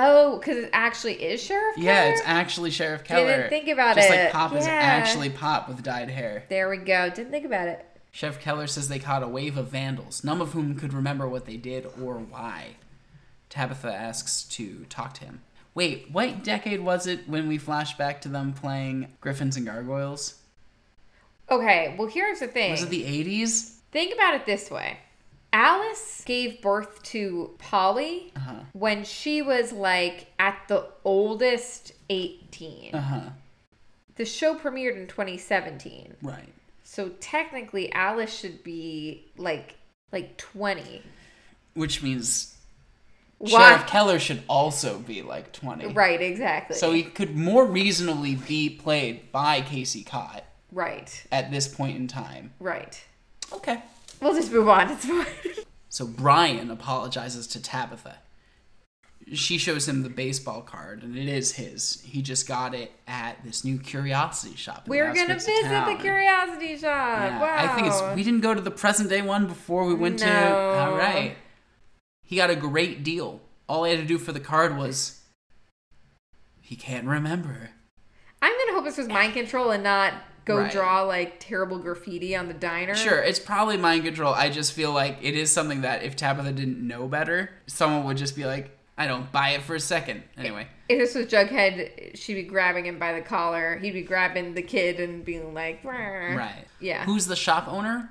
Oh, because it actually is Sheriff Yeah, Keller? it's actually Sheriff Keller. Didn't think about Just it. like Pop is Yeah. actually Pop with dyed hair. There we go. Didn't think about it. Sheriff Keller says they caught a wave of vandals, none of whom could remember what they did or why. Tabitha asks to talk to him. Wait, what decade was it when we flash back to them playing Griffins and Gargoyles? Okay, well, here's the thing. Was it the 80s? Think about it this way. Alice gave birth to Polly Uh-huh. when she was like at the oldest 18. Uh-huh. The show premiered in 2017. Right. So technically Alice should be like like 20. Which means Sheriff Why? Keller should also be like 20. Right, exactly. So he could more reasonably be played by Casey Cott right. at this point in time. Right. Okay. We'll just move on. It's fine. So Brian apologizes to Tabitha. She shows him the baseball card, and it is his. He just got it at this new curiosity shop. in <laughs> the We're going to outskirts of visit the town. curiosity shop. Wow. Yeah, I think it's we didn't go to the present day one before we went to. No. All right, he got a great deal. All he had to do for the card was he can't remember. I'm gonna hope this was mind control and not go Right. draw like terrible graffiti on the diner. Sure, it's probably mind control. I just feel like it is something that if Tabitha didn't know better, someone would just be like, "I don't buy it for a second. Anyway, If this was Jughead, she'd be grabbing him by the collar. He'd be grabbing the kid and being like, "Rrr." <laughs> right? Yeah. Who's the shop owner?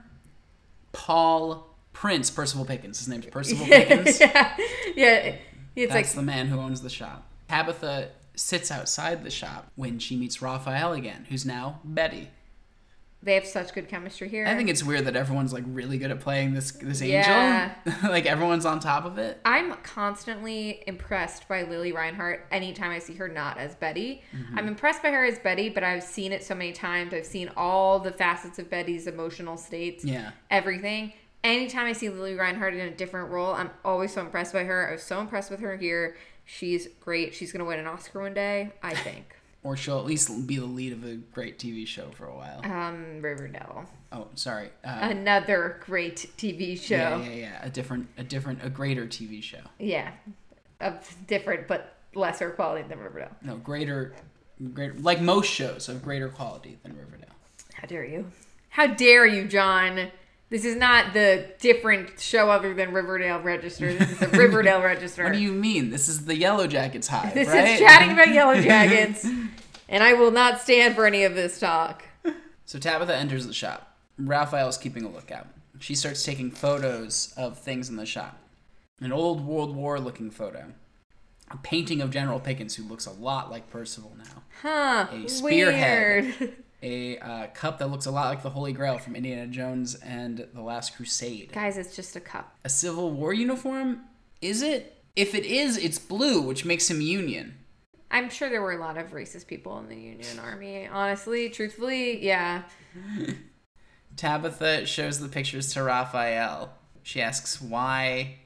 Paul Prince Percival Pickens. His <laughs> name's Percival Pickens. yeah. Yeah. It's That's like the man who owns the shop. Tabitha sits outside the shop when she meets Raphael again, who's now Betty. they have such good chemistry here. I think it's weird that everyone's like really good at playing this this Yeah. angel. <laughs> like everyone's on top of it. I'm constantly impressed by Lily Reinhart anytime I see her not as Betty. Mm-hmm. I'm impressed by her as Betty, but I've seen it so many times. I've seen all the facets of Betty's emotional states. Yeah. everything. Anytime I see Lily Reinhardt in a different role, I'm always so impressed by her. I was so impressed with her here. She's great. She's gonna win an Oscar one day, <laughs> I think. Or she'll at least be the lead of a great TV show for a while. Um, Riverdale, Oh, sorry. Uh, another great TV show. yeah, Yeah, yeah, yeah. A different, a different, a greater TV show. of different but lesser quality than Riverdale. No, greater, greater. Like most shows, of greater quality than Riverdale. How dare you? How dare you, John? This is not the different show other than Riverdale Register. This <laughs> is the Riverdale Register. What do you mean? This is the Yellow <laughs> Jackets hive, This right? is chatting about <laughs> Yellow Jackets, and I will not stand for any of this talk. So Tabitha enters the shop. Raphael's keeping a lookout. She starts taking photos of things in the shop. An old World War looking photo. A painting of General Pickens, who looks a lot like Percival now. Huh. A spearhead. Weird. <laughs> A uh, cup that looks a lot like the Holy Grail from Indiana Jones and The Last Crusade. Guys, it's just a cup. A Civil War uniform? Is it? If it is, it's blue, which makes him Union. I'm sure there were a lot of racist people in the Union Army. Honestly, truthfully, yeah. Tabitha shows the pictures to Raphael. She asks why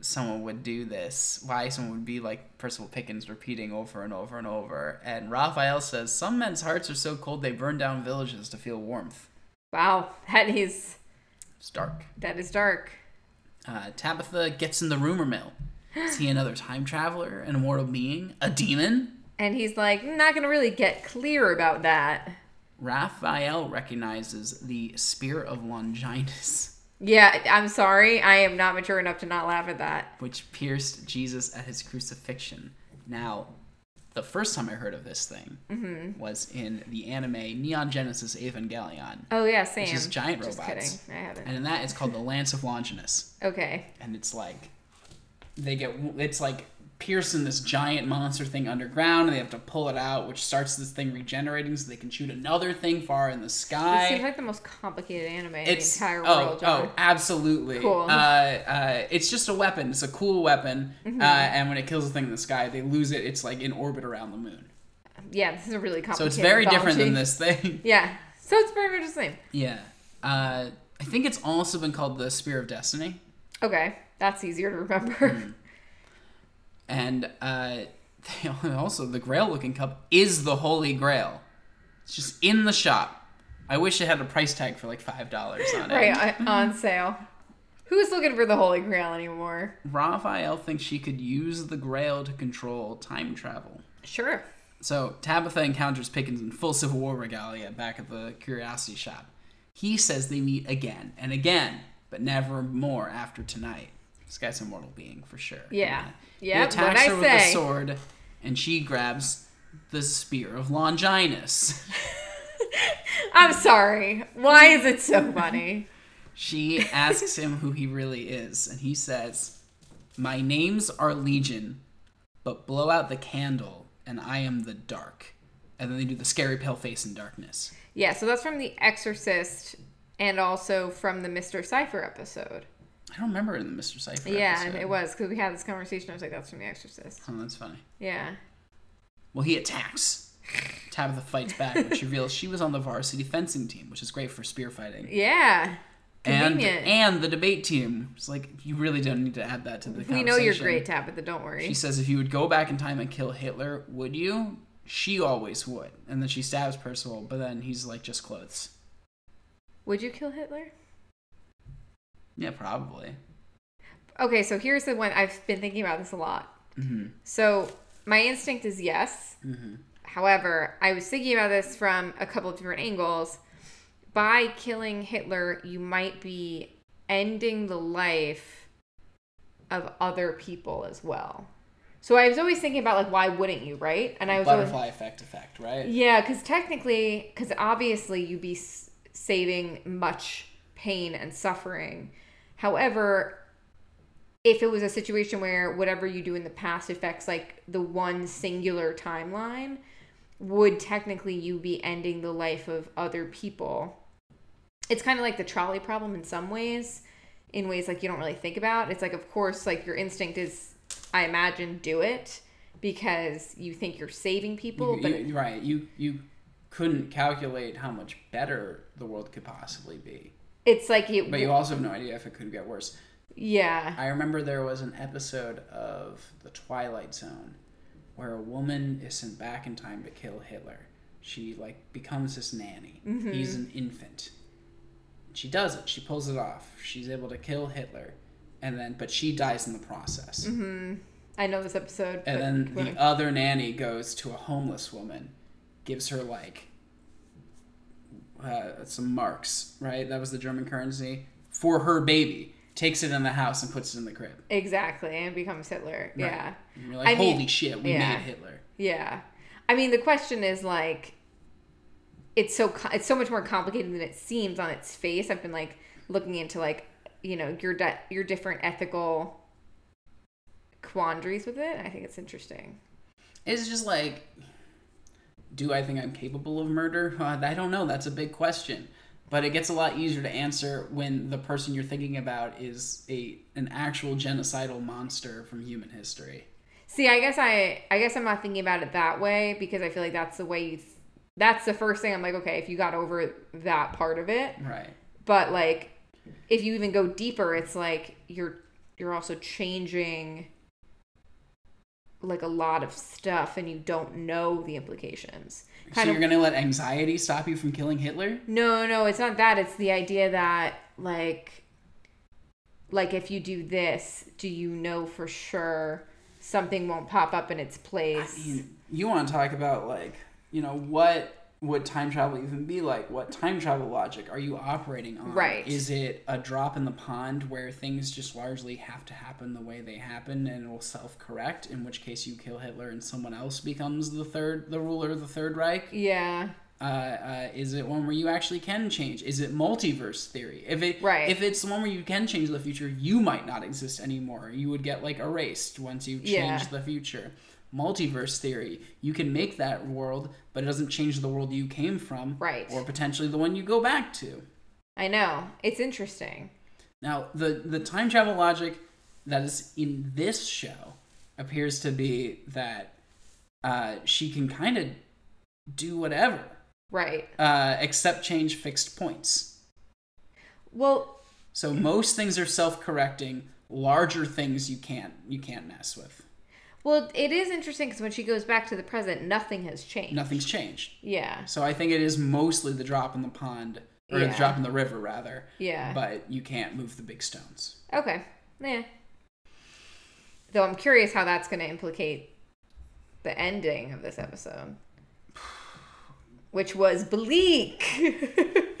someone would do this, why someone would be like Percival Pickens repeating over and over and over. And Raphael says, Some men's hearts are so cold they burn down villages to feel warmth. Wow, that is It's dark. that is dark. Uh, Tabitha gets in the rumor mill. Is he another time traveler, an immortal being, a demon? And he's like, "I'm not gonna really get clear about that. Raphael recognizes the spear of Longinus. Yeah, I'm sorry, I am not mature enough to not laugh at that. which pierced Jesus at his crucifixion. Now, the first time I heard of this thing was in the anime Neon Genesis Evangelion, Oh yeah, Sam. which is giant Just robots. kidding. I haven't. And in that, it's called the Lance of Longinus, Okay. and it's like they get it's like piercing this giant monster thing underground, and they have to pull it out, which starts this thing regenerating, so they can shoot another thing far in the sky This seems like the most complicated anime in the it's entire oh, world, John. Oh, absolutely. Cool. Uh, uh, it's just a weapon. It's a cool weapon. Mm-hmm. Uh, and when it kills a thing in the sky, they lose it. It's like in orbit around the moon. Yeah, this is a really So complicated. it's very different than mythology. this thing. <laughs> Yeah. So it's pretty much the same. yeah. Uh, I think it's also been called the Spear of Destiny. Okay, that's easier to remember. Hmm, <laughs> And uh, they <laughs> also, the grail looking cup is the Holy Grail. It's just in the shop. I wish it had a price tag for like $5 on <laughs> it. Right, on- on sale. Who's looking for the Holy Grail anymore? Raphael thinks she could use the grail to control time travel. Sure. So Tabitha encounters Pickens in full Civil War regalia back at the curiosity shop. He says they meet again and again, but never more after tonight. This guy's an immortal being for sure. Yeah. He Yeah, attacks what'd I her with say? a sword, and she grabs the spear of Longinus. <laughs> I'm sorry. Why is it so funny? <laughs> She asks him who he really is, and he says, My names are Legion, but blow out the candle, and I am the dark. And then they do the scary pale face in darkness. Yeah, so that's from The Exorcist and also from the Mr. Cypher episode. I don't remember it in the Mr. Cypher. Yeah, and episode. it was because we had this conversation. I was like, that's from The Exorcist. Oh, that's funny. Yeah. Well, he attacks. Tabitha fights back, which reveals she was on the varsity fencing team, which is great for spear fighting. Yeah. And, Convenient. and the debate team. It's like, you really don't need to add that to the we conversation. know you're great, Tabitha. Don't worry. She says, if you would go back in time and kill Hitler, would you? She always would. And then she stabs Percival, but then he's like, just clothes. Would you kill Hitler? Yeah, probably. Okay, so here's the one I've been thinking about this a lot. hmm So my instinct is yes. hmm However, I was thinking about this from a couple of different angles. By killing Hitler, you might be ending the life of other people as well. So I was always thinking about like why wouldn't you, right? And I was always, Butterfly effect effect, right? yeah, because technically, because obviously you'd be s- saving much pain and suffering. However, if it was a situation where whatever you do in the past affects like the one singular timeline, would technically you be ending the life of other people? It's kind of like the trolley problem in some ways, in ways like you don't really think about. It's like, of course, like your instinct is, I imagine, do it because you think you're saving people, You- but you- right. You, you couldn't calculate how much better the world could possibly be. it's like it But you also have no idea if it could get worse. yeah I remember there was an episode of The Twilight Zone where a woman is sent back in time to kill Hitler. She like becomes his nanny. He's an infant. She does it. She pulls it off. She's able to kill Hitler, and then but she dies in the process. i know this episode but And then what- the other nanny goes to a homeless woman, gives her like uh, some marks. Right, that was the German currency for her baby. Takes it in the house and puts it in the crib. exactly and becomes hitler yeah And you're like, I holy mean- shit, we yeah. made Hitler. yeah i mean the question is like it's so co- it's so much more complicated than it seems on its face i've been like looking into like you know your di- your different ethical quandaries with it i think it's interesting It's just like, do I think I'm capable of murder? <laughs> Uh, I don't know. That's a big question. But it gets a lot easier to answer when the person you're thinking about is a an actual genocidal monster from human history. See, I guess I I guess I'm not thinking about it that way because I feel like that's the way you th- that's the first thing I'm like, okay, if you got over that part of it. Right. But like if you even go deeper, it's like you're you're also changing like a lot of stuff and you don't know the implications. so Kind you're of gonna let anxiety stop you from killing Hitler? No, no, it's not that. It's the idea that like like if you do this, do you know for sure something won't pop up in its place? You- You want to talk about like, you know, what would time travel even be like? What time travel logic are you operating on? Right. Is it a drop in the pond where things just largely have to happen the way they happen and it will self-correct? In which case, you kill Hitler and someone else becomes the third, the ruler of the Third Reich. Yeah. uh, uh, is it one where you actually can change? Is it multiverse theory? If it Right. if it's the one where you can change the future, you might not exist anymore. You would get like erased once you change Yeah. the future. Multiverse theory, you can make that world, but it doesn't change the world you came from, Right. Or potentially the one you go back to. I know. It's interesting. Now, the the time travel logic that is in this show appears to be that uh, she can kind of do whatever, Right. uh, except change fixed points. Well, So most things are self-correcting. Larger things you can't you can't mess with. well, it is interesting because when she goes back to the present, nothing has changed. Nothing's changed. Yeah. So I think it is mostly the drop in the pond or the Yeah. drop in the river rather. Yeah. But you can't move the big stones. okay. Yeah. Though I'm curious how that's going to implicate the ending of this episode, which was bleak. <laughs>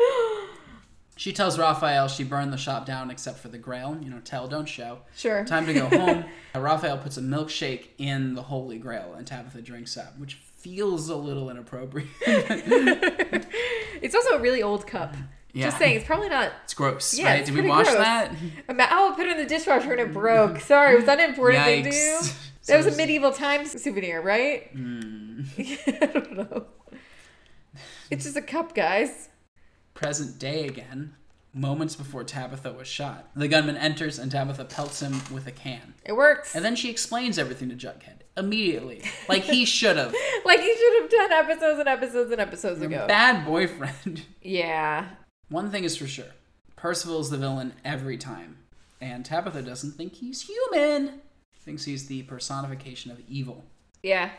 She tells Raphael she burned the shop down except for the grail, you know, tell don't show. sure. <laughs> Time to go home. Uh, Raphael puts a milkshake in the holy grail and Tabitha drinks up, which feels a little inappropriate. it's also a really old cup. Yeah. Just saying, it's probably not. <laughs> It's gross, Yeah, right? it's Did we pretty watch gross. that? Ima- Oh, I put it in the dishwasher and it broke. Sorry, was that an important thing <laughs> to do? Yikes. That was a So- medieval times souvenir, right? Hmm. <laughs> I don't know. It's just a cup, guys. Present day again. Moments before Tabitha was shot, the gunman enters and Tabitha pelts him with a can. It works. And then she explains everything to Jughead immediately, like he should have. <laughs> Like you should have done episodes and episodes and episodes ago. Bad boyfriend. <laughs> yeah. One thing is for sure Percival's the villain every time, and Tabitha doesn't think he's human. Thinks he's the personification of evil. Yeah.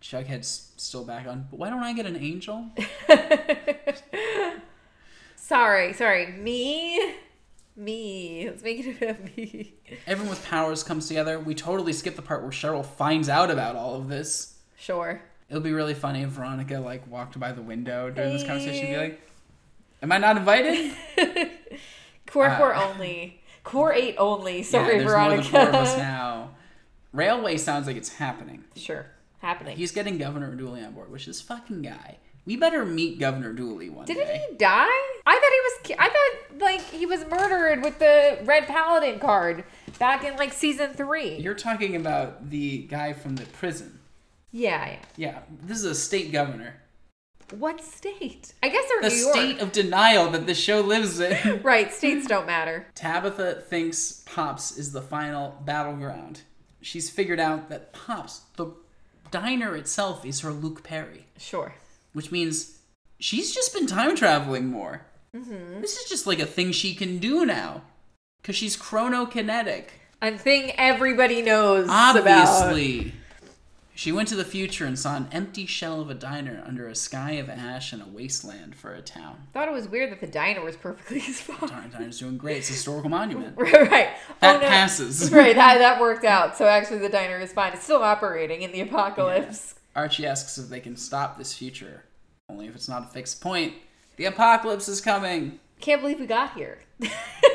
Jughead's still back on, but why don't I get an angel? Sorry, sorry. Me? Me. Let's make it about me. Everyone with powers comes together. We totally skip the part where Cheryl finds out about all of this. Sure. It would be really funny if Veronica like walked by the window during this conversation and be like, "Am I not invited?" Core Uh, four only. Core eight only. <laughs> Yeah, Sorry, there's more than Veronica. <laughs> four of us now. Railway sounds like it's happening. Sure. Happening. He's getting Governor Dooley on board, which is fucking guy. We better meet Governor Dooley one Didn't day. he die? I thought he was. ki- I thought like he was murdered with the red paladin card back in like season three. You're talking about the guy from the prison. yeah, yeah. Yeah, this is a state governor. What state? I guess they're The New York. state of denial that the show lives in. Right. States don't matter. Tabitha thinks Pops is the final battleground. She's figured out that Pops, the diner itself, is her Luke Perry, Sure. which means she's just been time traveling more. Mm-hmm. This is just like a thing she can do now because she's chronokinetic. A thing everybody knows about. Obviously. She went to the future and saw an empty shell of a diner under a sky of ash and a wasteland for a town. Thought it was weird that the diner was perfectly <laughs> spot. Darn, diner's doing great. It's a historical <laughs> monument. Right. right. That oh, no. <laughs> passes. Right. That, that worked out. So actually, the diner is fine. It's still operating in the apocalypse. Archie asks if they can stop this future, only if it's not a fixed point. The apocalypse is coming. Can't believe we got here. <laughs>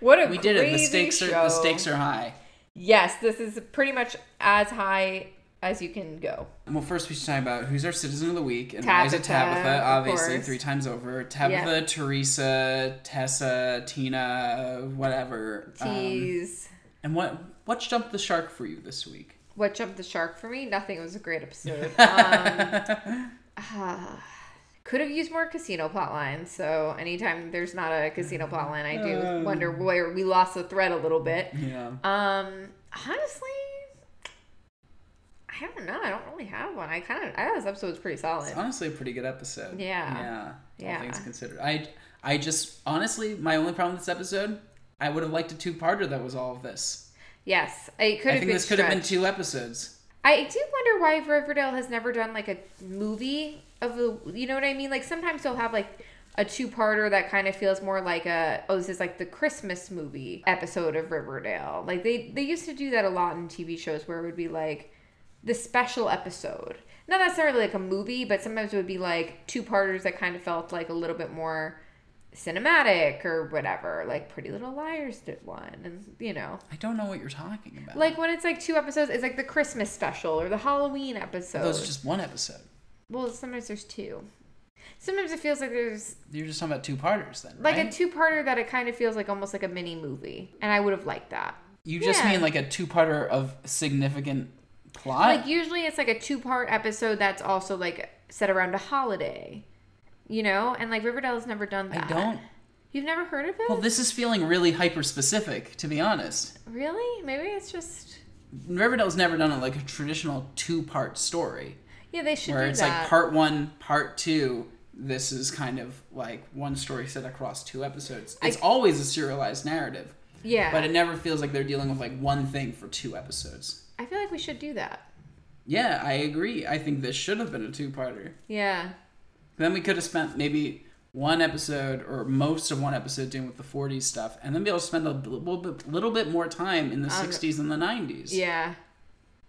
what a We did it. The crazy stakes are show. the stakes are high. Yes, this is pretty much as high as you can go. Well, first we should talk about who's our citizen of the week and why is it Tabitha, Tabitha? of Obviously, course. three times over. Tabitha, Teresa, Tessa, Tina, whatever. Um, Tease. and what what jumped the shark for you this week? what jumped the shark for me? Nothing. It was a great <laughs> episode. Um, ah, <sighs> could have used more casino plot lines. So anytime there's not a casino plot line, I do Um. wonder where we lost the thread a little bit. Yeah. Um, honestly, I don't know. I don't really have one. I kind of I thought this episode was pretty solid. It's honestly a pretty good episode. Yeah. Yeah. All Yeah. things considered. I I just honestly my only problem with this episode, I would have liked a two parter that was all of this. Yes, it could I have think been. this could have been stretched. two episodes. I do wonder why Riverdale has never done like a movie of the, you know what I mean? Like sometimes they'll have like a two-parter that kind of feels more like a oh this is like the Christmas movie episode of Riverdale. Like they they used to do that a lot in TV shows where it would be like the special episode. Not necessarily like a movie, but sometimes it would be like two-parters that kind of felt like a little bit more cinematic or whatever. Like Pretty Little Liars did one and you know I don't know what you're talking about. like when it's like two episodes, it's like the Christmas special or the Halloween episode. those are just one episode. well, sometimes there's two. Sometimes it feels like there's You're just talking about two parters then, like right? a two-parter that it kind of feels like almost like a mini movie, and I would have liked that. you just yeah. mean like a two parter of significant plot. Like usually it's like a two-part episode that's also like set around a holiday, you know, and like Riverdale's never done I that. don't. You've never heard of it? Well, this is feeling really hyper specific, to be honest. really? Maybe it's just Riverdale's never done a, like a traditional two part story. yeah. They should where do it's that. like part one, part two. This is kind of like one story set across two episodes. It's always a serialized narrative, yeah. but it never feels like they're dealing with like one thing for two episodes. I feel like we should do that. Yeah, I agree. I think this should have been a two-parter. Yeah. Then we could have spent maybe one episode or most of one episode dealing with the 40s stuff, and then be able to spend a little bit, little bit more time in the 60s and the 90s. Um, Yeah.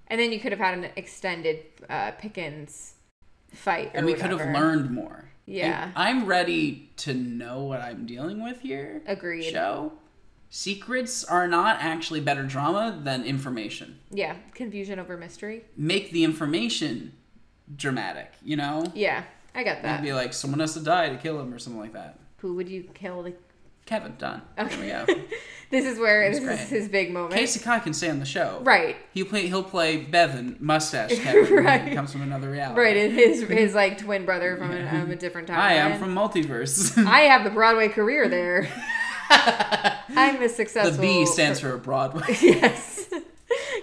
And then you could have had an extended uh, Pickens fight. Or And we could have whatever. learned more. And Yeah. I'm ready to know what I'm dealing with here. Agreed. Show. Secrets are not actually better drama than information. Yeah. Confusion over mystery. Make the information dramatic, you know? Yeah. I got It'd that. be like someone has to die to kill him or something like that. Who would you kill? The... Kevin Dunn. Okay. There <laughs> we go. This is where this great. is his big moment. Casey Kai can stay on the show. Right. He'll play. He'll play Bevan, <laughs> mustache Kevin. who Right. Comes from another reality. Right, and his his like twin <laughs> brother from a, um, a different time. Hi, I'm from multiverse. <laughs> I have a Broadway career <laughs> there. I'm a successful. the B stands for Broadway. <laughs> yes.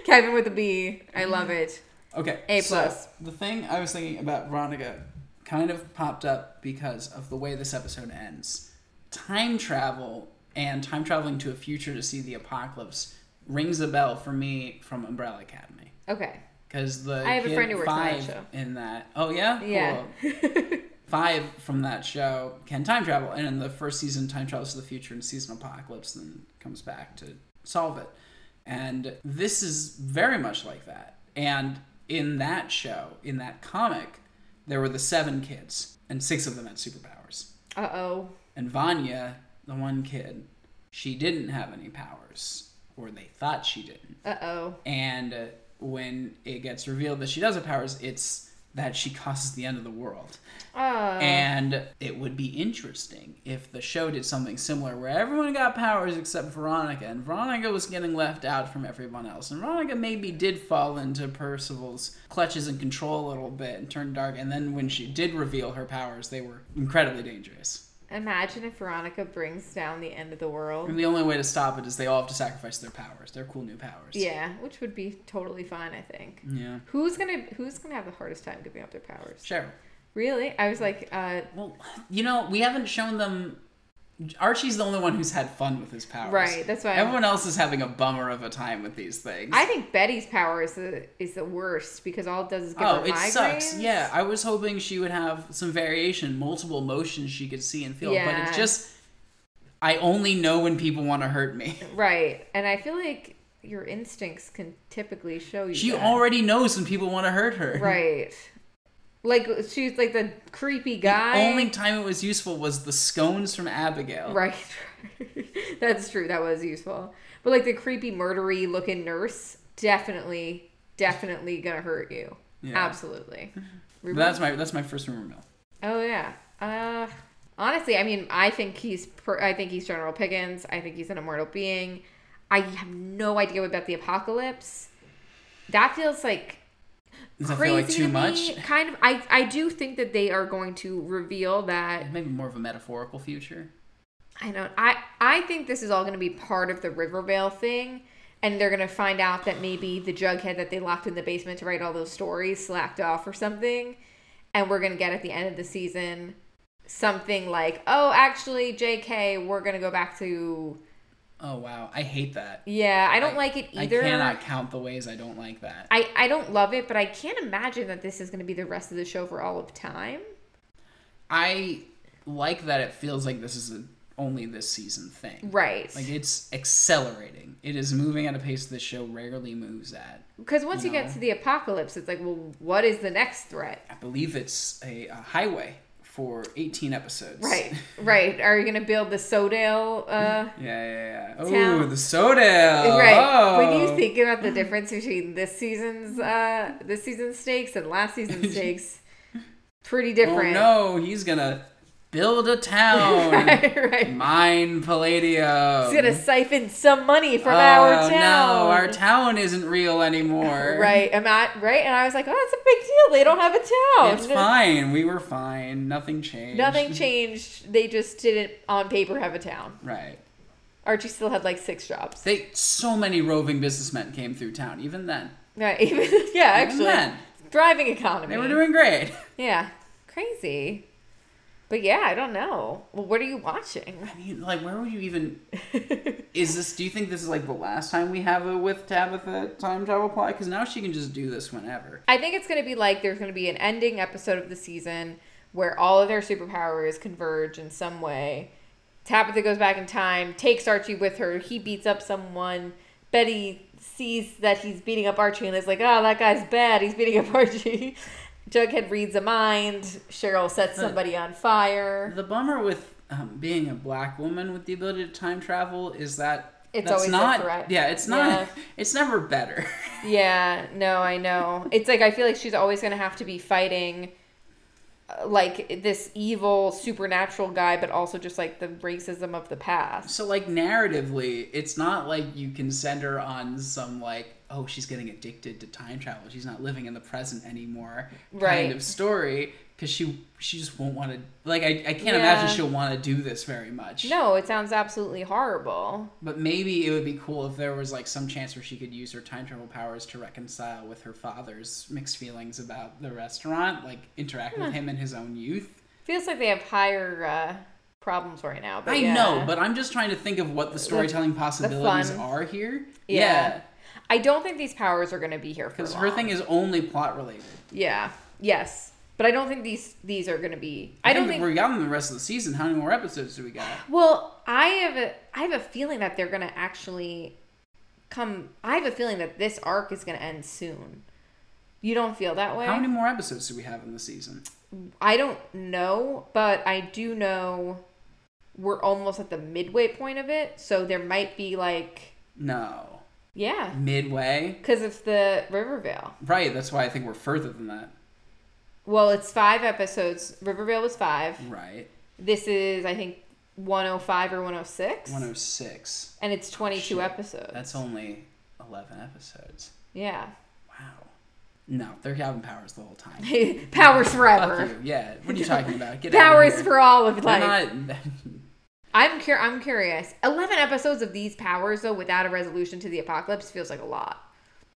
Kevin with a B. I love it. Okay. A so plus. the thing I was thinking about Veronica kind of popped up because of the way this episode ends. Time travel and time traveling to a future to see the apocalypse rings a bell for me from Umbrella Academy. Okay. Because the I have a kid friend who works on that five show. in that. Oh yeah, Yeah. Cool. <laughs> Five from that show can time travel, and in the first season, time travels to the future and sees an apocalypse, and then comes back to solve it. And this is very much like that. And in that show, in that comic, there were the seven kids, and six of them had superpowers. Uh oh. And Vanya, the one kid, she didn't have any powers, or they thought she didn't. Uh oh. And uh, when it gets revealed that she does have powers, it's that she causes the end of the world. Oh. And it would be interesting if the show did something similar where everyone got powers except Veronica, and Veronica was getting left out from everyone else. And Veronica maybe did fall into Percival's clutches and control a little bit and turn dark. And then when she did reveal her powers, they were incredibly dangerous. Imagine if Veronica brings down the end of the world. And the only way to stop it is they all have to sacrifice their powers, their cool new powers. Yeah, which would be totally fun, I think. Yeah. Who's gonna Who's gonna have the hardest time giving up their powers? Cheryl. Really? I was like, uh, Well, you know, we haven't shown them. Archie's the only one who's had fun with his powers. Right, that's why I'm- Everyone else is having a bummer of a time with these things. I think Betty's power is the is the worst because all it does is give oh, her it migraines. sucks. Yeah, I was hoping she would have some variation, multiple emotions she could see and feel, but Yeah. it's just. I only know when people want to hurt <laughs> me. Right, and I feel like your instincts can typically show you. She that. already knows when people want to hurt her. right. Like she's like the creepy The guy. only time it was useful was the scones from Abigail. Right. <laughs> That's true. That was useful. But like the creepy, murdery looking nurse, definitely, definitely gonna hurt you. Yeah. <laughs> Absolutely. But that's my that's my first rumor mill. Oh yeah. Uh, honestly, I mean, I think he's. Per- I think he's General Pickens. I think he's an immortal being. I have no idea about the apocalypse. That feels like Does that crazy feel like to too me. much? Kind of. I I do think that they are going to reveal that. Maybe more of a metaphorical future. I don't. I I think this is all going to be part of the Rivervale thing, and they're going to find out that maybe the Jughead that they locked in the basement to write all those stories slacked off or something, and we're going to get at the end of the season something like, oh, actually, J.K., we're going to go back to. Oh wow, I hate that. Yeah, I don't like it either. I cannot count the ways I don't like that. I, I don't love it, but I can't imagine that this is going to be the rest of the show for all of time. I like that it feels like this is a only this season thing. Right. Like it's accelerating. It is moving at a pace this show rarely moves at. Because once you get No. to the apocalypse, it's like, well, what is the next threat? I believe it's a, a highway for 18 episodes. Right, right. Are you gonna build the Sodale? Uh, <laughs> Yeah, yeah, yeah. Town. Ooh, the Sodale. right. Oh. When you think about the difference between this season's uh, this season's stakes and last season's <laughs> stakes, pretty oh different. <laughs> no, he's gonna build a town. right, right. Mine Palladium. It's gonna siphon some money from oh, our town. no, our town isn't real anymore. <laughs> Right, am I right? And I was like, oh, that's a big deal. They don't have a town. It's fine. We were fine. Nothing changed. <laughs> Nothing changed. They just didn't, on paper, have a town. Right. Archie still had like six jobs. They so many roving businessmen came through town. Even then, Right, <laughs> even yeah, actually, then. thriving economy. they were doing great. Yeah, crazy. But yeah, I don't know. Well, what are you watching? I mean, like, where would you even? Is this? Do you think this is like the last time we have a with Tabitha time travel plot? Because now she can just do this whenever. I think it's going to be like there's going to be an ending episode of the season where all of their superpowers converge in some way. Tabitha goes back in time, takes Archie with her. He beats up someone. Betty sees that he's beating up Archie and is like, oh, that guy's bad. He's beating up <laughs> Archie. Jughead reads a mind. Cheryl sets somebody on fire. The bummer with um, being a black woman with the ability to time travel is that It's that's always a not. threat. Yeah, it's not. Yeah. <laughs> It's never better. Yeah, no, I know. It's like I feel like she's always gonna have to be fighting uh, like this evil supernatural guy, but also just like the racism of the past. So like narratively, it's not like you can send her on some like oh she's getting addicted to time travel. She's not living in the present anymore Right. kind of story because she she just won't want to like I, I can't Yeah. imagine she'll want to do this very much. No, it sounds absolutely horrible. But maybe it would be cool if there was like some chance where she could use her time travel powers to reconcile with her father's mixed feelings about the restaurant, like interact with him in his own youth. Feels like they have higher uh, problems right now. But I yeah. know, but I'm just trying to think of what the storytelling possibilities fun. are here. Yeah. Yeah. I don't think these powers are going to be here for Because her long. thing is only plot related. Yeah. Yes. But I don't think these these are going to be. I, I, don't don't think. we're gotten the rest of the season. How many more episodes do we got? Well, I have a I have a feeling that they're going to actually come. I have a feeling that this arc is going to end soon. You don't feel that way. How many more episodes do we have in the season? I don't know, but I do know we're almost at the midway point of it, so there might be like No. yeah, Midway? because it's the Rivervale. Right, that's why I think we're further than that. Well, it's five episodes. Rivervale was five. Right. This is I think 105 or 106, 106. and it's 22 Shit. episodes. That's only 11 episodes. yeah. <laughs> Wow. No, they're having powers the whole time. Powers Fuck forever. you. Yeah. What are you talking about? Get Powers out for all of life. Not, I'm cur- I'm curious. Eleven episodes of these powers though, without a resolution to the apocalypse, feels like a lot.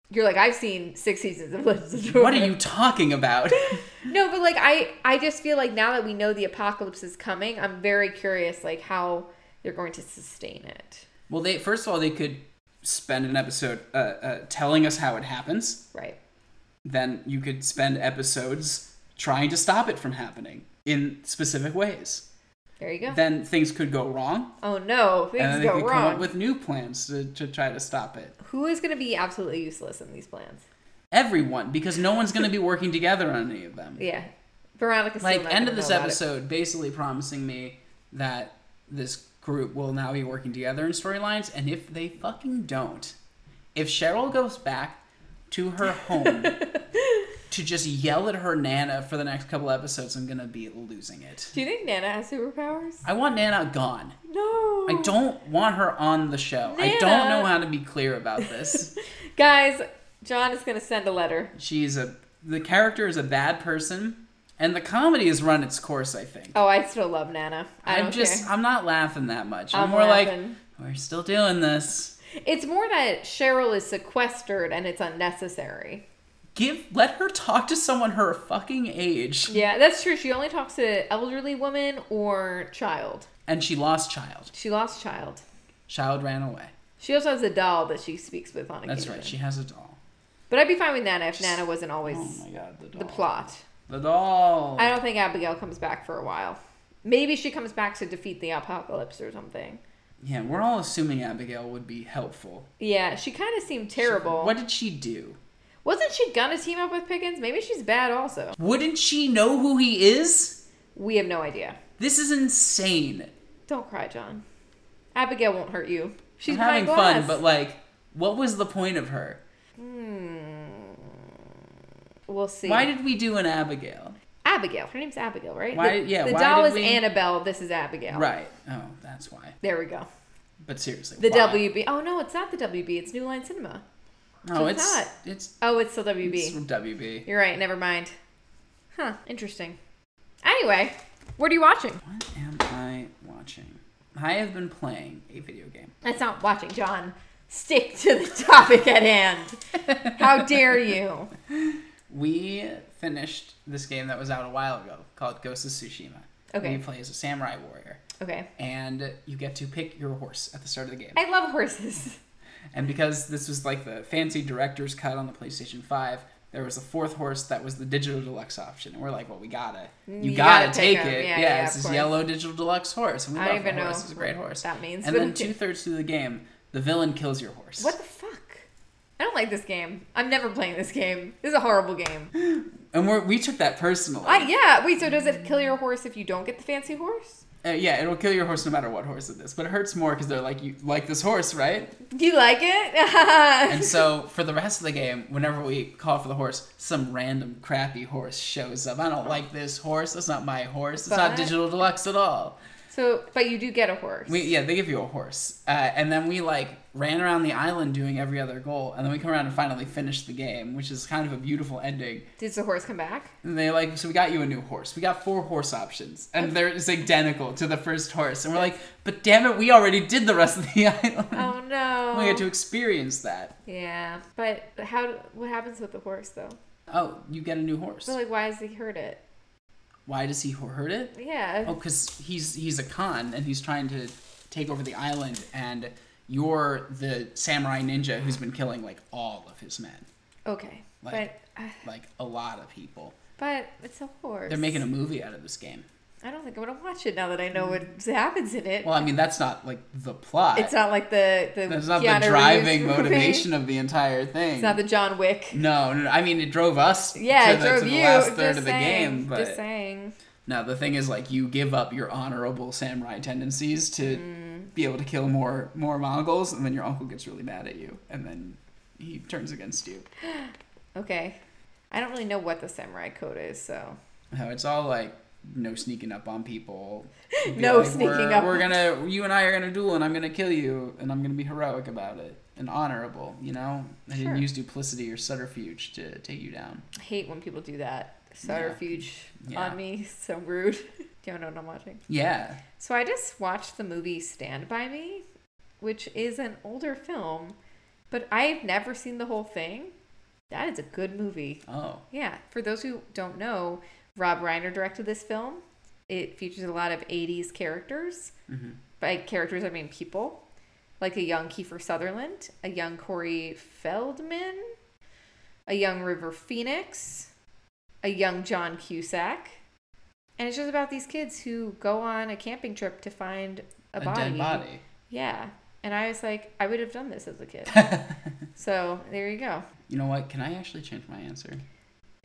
You're like, I've seen six seasons of Legends of Tomorrow. <laughs> what are you talking about? <laughs> No, but like I I just feel like now that we know the apocalypse is coming, I'm very curious like how they're going to sustain it. well, they first of all, they could spend an episode uh, uh, telling us how it happens. Right. Then you could spend episodes trying to stop it from happening in specific ways. There you go. Then things could go wrong, oh no, and things then they go could come up wrong. with new plans to, to try to stop it. Who is going to be absolutely useless in these plans? Everyone, because no one's going to be working together on any of them. Yeah. Veronica's still like not end gonna of this know about it. episode basically promising me that this group will now be working together in storylines and if they fucking don't if cheryl goes back to her <laughs> home to just yell at her nana for the next couple episodes i'm gonna be losing it Do you think Nana has superpowers? i want nana gone No. i don't want her on the show i don't Nana. know how to be clear about this <laughs> Guys, John is going to send a letter. she's a the character is a bad person and the comedy has run its course i think Oh, I still love Nana. I I'm don't just care. I'm not laughing that much. I'm I'm, more laughing. like we're still doing this. It's more that Cheryl is sequestered and it's unnecessary. Give let her talk to someone her fucking age. Yeah, that's true. She only talks to elderly women or child. And she lost child. She lost child. Child ran away. She also has a doll that she speaks with on occasion. That's right. She has a doll. but I'd be fine with Nana if Nana wasn't always Oh my god, the doll. the plot. The doll. I don't think Abigail comes back for a while. Maybe she comes back to defeat the apocalypse or something. Yeah, we're all assuming Abigail would be helpful. Yeah, she kind of seemed terrible. What did she do? Wasn't she gonna team up with Pickens? Maybe she's bad also. Wouldn't she know who he is? We have no idea. This is insane. Don't cry, John. Abigail won't hurt you. She's I'm having behind glass. fun, but like, what was the point of her? Hmm. we'll see. Why did we do an Abigail? Abigail? Her name's Abigail, right? Why- The, yeah, The why doll did is we- Annabelle. This is Abigail. Right. Oh, that's why. There we go. But seriously, The why? WB. Oh no, it's not the WB. It's New Line Cinema. No, it's it's not. it's Oh, it's still WB. it's from WB. You're right. Never mind. Huh. Interesting. Anyway, what are you watching? What am I watching? I have been playing a video game. That's not watching, John. Stick to the <laughs> topic at hand. How dare you? We finished this game that was out a while ago called Ghost of Tsushima. Okay. You play as a samurai warrior, Okay. and you get to pick your horse at the start of the game. I love horses. And because this was like the fancy director's cut on the PlayStation Five, there was a fourth horse that was the digital deluxe option, and we're like, well, we gotta, you, Mm, You gotta gotta, pick take him. it. Yeah, Yeah, yeah, it's of this course. yellow digital deluxe horse, and we I love don't even the horse. know It's a great horse. that means, And but- <laughs> then two thirds through the game, the villain kills your horse. What the fuck? I don't like this game. I'm never playing this game. This is a horrible <gasps> game. And we're, we took that personally. I, yeah, wait, so does it kill your horse if you don't get the fancy horse? Uh, yeah, it'll kill your horse no matter what horse it is, but it hurts more because they're like, you like this horse, right? Do you like it? <laughs> And so for the rest of the game, whenever we call for the horse, some random crappy horse shows up. I don't like this horse. That's not my horse. It's not But- digital deluxe at all. So, but you do get a horse. We yeah, they give you a horse, uh, and then we like ran around the island doing every other goal, and then we come around and finally finish the game, which is kind of a beautiful ending. Did the horse come back? And they like, so we got you a new horse. We got four horse options, and they're it's identical to the first horse. And we're like, but damn it, we already did the rest of the <laughs> island. Oh no. We had Mm-hmm. to experience that. yeah, but how? What happens with the horse though? Oh, you get a new horse. But like, why does he hurt it? Why does he hurt it? Yeah. Oh, because he's he's a Khan and he's trying to take over the island, and you're the samurai ninja who's been killing like all of his men, Okay. Oh. Like- but uh, like a lot of people. but it's a horse. They're making a movie out of this game. I don't think I want to watch it now that I know what happens in it. Mm. Well, I mean that's not like the plot. it's not like the the. that's not Keanu the Reeves driving movie. motivation of the entire thing. It's not the John Wick. no, no, no, I mean it drove us. Yeah, to it the, drove to the you. last third just of the saying, game. But just saying. no, the thing is like you give up your honorable samurai tendencies to be able to kill more more Mongols, and then your uncle gets really mad at you, and then he turns against you. Okay. I don't really know what the samurai code is, so No, it's all like no sneaking up <laughs> on people. Be No like, sneaking we're, up. We're gonna, you and I are gonna duel, and I'm gonna kill you, and I'm gonna be heroic about it and honorable. You know, I Sure. didn't use duplicity or subterfuge to take you down. I hate when people do that. Subterfuge Yeah. on me, <laughs> so rude. do you know what I'm watching? Yeah, So I just watched the movie Stand By Me, which is an older film, but I've never seen the whole thing. That is a good movie. Oh, Yeah, for those who don't know, Rob Reiner directed this film. It features a lot of 80s characters. Mm-hmm. By characters, I mean people, like a young Kiefer Sutherland, a young Corey Feldman, a young River Phoenix, a young John Cusack. And it's just about these kids who go on a camping trip to find a, a, dead body. <laughs> Yeah. And I was like, I would have done this as a kid. so there you go. You know what? Can I actually change my answer?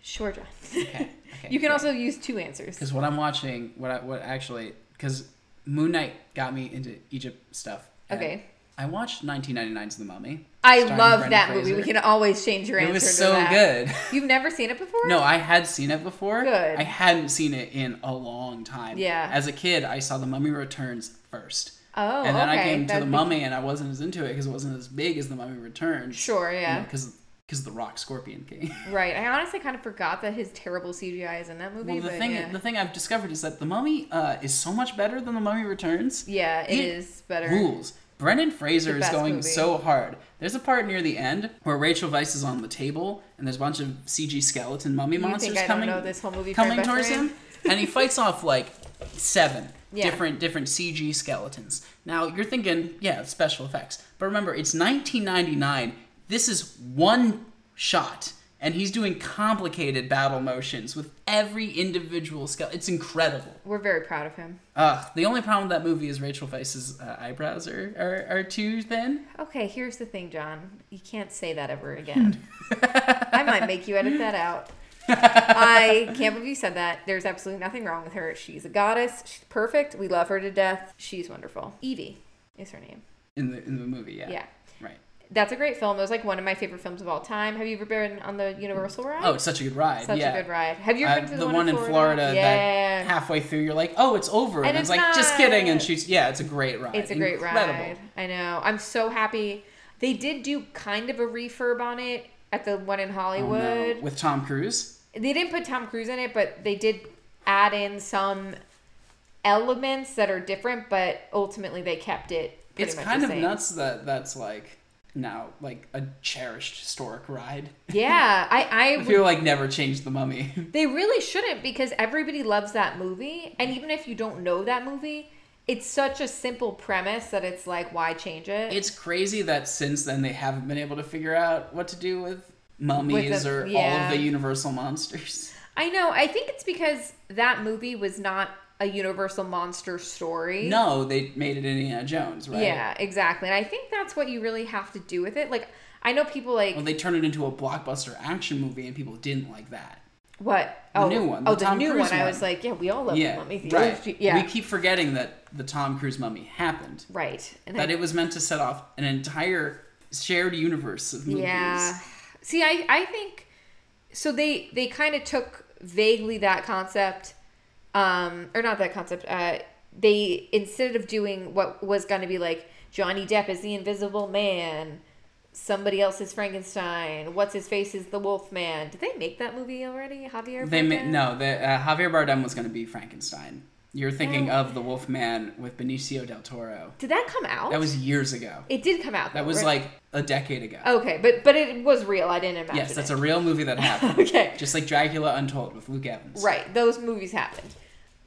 Sure, John. <laughs> Okay. okay You can also use two answers. because what I'm watching, what I, what actually, because Moon Knight got me into Egypt stuff. and Okay. I watched 1999's The Mummy. I starring love Brendan that movie. Fraser. We can always change your answer. It was to so that. good. <laughs> You've never seen it before? No, I had seen it before. Good. I hadn't seen it in a long time. Yeah. As a kid, I saw The Mummy Returns first. Oh, and then okay. I came to That'd The be- Mummy and I wasn't as into it because it wasn't as big as The Mummy Returns. Sure, yeah. Because because The Rock Scorpion King. <laughs> Right. I honestly kind of forgot that his terrible CGI is in that movie. well, the but thing yeah. the thing I've discovered is that The Mummy uh, is so much better than The Mummy Returns. yeah, it is It better. Rules. Brendan Fraser The is best going movie. so hard. There's a part near the end where Rachel Vice is on the table and there's a bunch of CG skeleton mummy You monsters think I coming don't know this whole movie frame coming by towards frame? him, and he fights off like seven Yeah. different different CG skeletons. Now you're thinking, yeah, it's special effects, but remember it's 1999. This is one shot, and he's doing complicated battle motions with every individual skeleton. It's incredible. We're very proud of him. Ugh, Uh, the only problem with that movie is Rachel Vice's uh, eyebrows are, are are too thin. Okay, here's the thing, John. You can't say that <laughs> ever again. I might make you edit that out. I can't believe you said that. There's absolutely nothing wrong with her. She's a goddess. She's perfect. We love her to death. She's wonderful. Evie is her name. in the in the movie. Yeah. yeah. Right. That's a great film. It was like one of my favorite films of all time. Have you ever been on the Universal ride? Oh, it's such a good ride. such yeah. a good ride. Have you ever Uh, been to the, one in Florida yeah, that halfway through you're like, oh, it's over, and, And it's, it's like, just kidding, and not. she's yeah, it's a great ride. it's a great Incredible. ride. I know. I'm so happy. They did do kind of a refurb on it at the one in Oh, no. Hollywood. with Tom Cruise. They didn't put Tom Cruise in it, but they did add in some elements that are different. But ultimately, they kept it. Pretty It's much kind the of same. nuts that that's like now like a cherished historic ride. Yeah, I I I would feel like never changed the mummy. <laughs> They really shouldn't because everybody loves that movie. And even if you don't know that movie, it's such a simple premise that it's like, why change it? it's crazy that since then they haven't been able to figure out what to do with mummies With the- or all yeah. of the universal monsters. I know. I think it's because that movie was not a universal monster story. No, they made it Indiana Jones, right? Yeah, exactly. And I think that's what you really have to do with it. Like, I know people like, Well, they turned it into a blockbuster action movie, and people didn't like that. What? Oh, new one, oh, the the Tom new Cruise one. I one. was like, yeah, we all love yeah, the mummy. The right. OG Yeah. We keep forgetting that the Tom Cruise mummy happened. right. And That I, it was meant to set off an entire shared universe of movies. yeah. See, I I think so. They they kind of took vaguely that concept, um, or not that concept. Uh, they instead of doing what was going to be like Johnny Depp is the Invisible Man. Somebody else is Frankenstein. What's his face is the Wolf Man. Did they make that movie already? Javier. They ma- Bardem? no, the, uh, Javier Bardem was going to be Frankenstein. You're thinking Oh. of the Wolfman with Benicio del Toro. Did that come out? That was years ago. It did come out. That though, right? was Oh, like a decade ago. Okay, but but it was real. I didn't imagine. yes, that's it. a real movie that happened. <laughs> Okay. Just like Dracula Untold with Luke Evans. right. Those movies happened,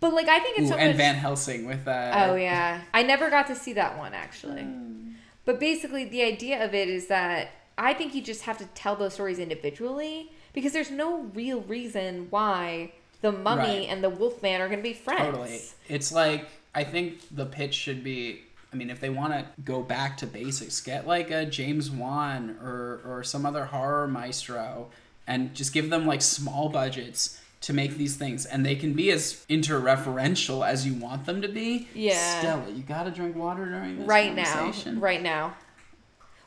but like I think it's Ooh, so and much. Van Helsing with uh, oh yeah, I never got to see that one actually. Hmm. But basically, the idea of it is that I think you just have to tell those stories individually because there's no real reason why the mummy Right. and the wolfman are going to be friends. Totally. It's like I think the pitch should be. I mean, if they want to go back to basics, get like a James Wan or or some other horror maestro, and just give them like small budgets to make these things, and they can be as interreferential as you want them to be. Yeah. Stella, you gotta drink water during this Right now, conversation. right now.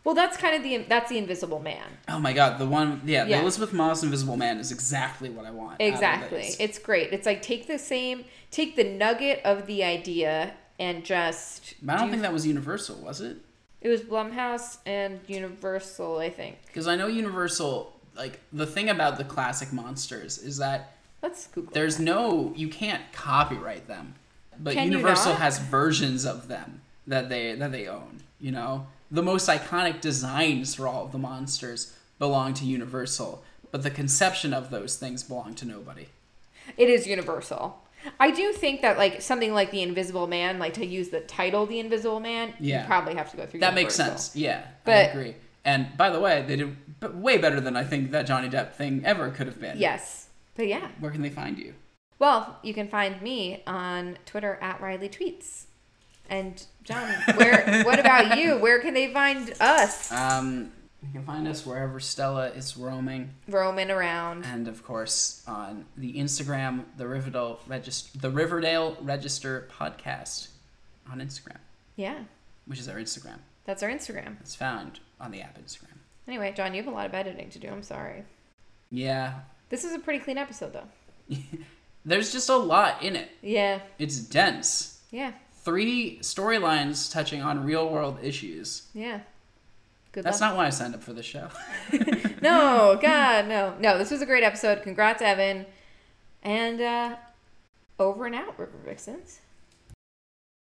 Well, that's kind of the that's the Invisible Man. Oh my God, the one. Yeah, Yeah. the Elizabeth Moss Invisible Man is exactly what I want. out of Exactly. this. It's great. It's like take the same, take the nugget of the idea and just. But I don't do- think that was Universal, was it? it was Blumhouse and Universal. I think. Because I know Universal, like, the thing about the classic monsters is that Let's Google. there's no, you can't copyright them. But Can you Universal not? has versions of them that they that they own, you know? The most iconic designs for all of the monsters belong to Universal, but the conception of those things belong to nobody. It is Universal. I do think that like something like the Invisible Man, like to use the title the Invisible Man, Yeah. you probably have to go through. That makes Universal. sense. Yeah, I But- agree. And by the way, they did b- way better than I think that Johnny Depp thing ever could have been. Yes, but yeah. Where can they find you? Well, you can find me on Twitter at Riley Tweets. And John, <laughs> where? what about you? Where can they find us Um, you can find us wherever Stella is roaming, roaming around? and of course on the Instagram, the Riverdale Register, the Riverdale Register podcast on Instagram, Yeah, which is our Instagram. that's our Instagram. It's found on the app Instagram. Anyway, John, you have a lot of editing to do. I'm sorry. Yeah, <laughs> This is a pretty clean episode, though. there's just a lot in it. Yeah, It's dense. yeah, Three storylines touching on real world issues. yeah. Good That's luck. not why I signed up for <laughs> the show. <laughs> no, God, no, no. This was a great episode. Congrats, Evan. And uh, over and out, River Vixens.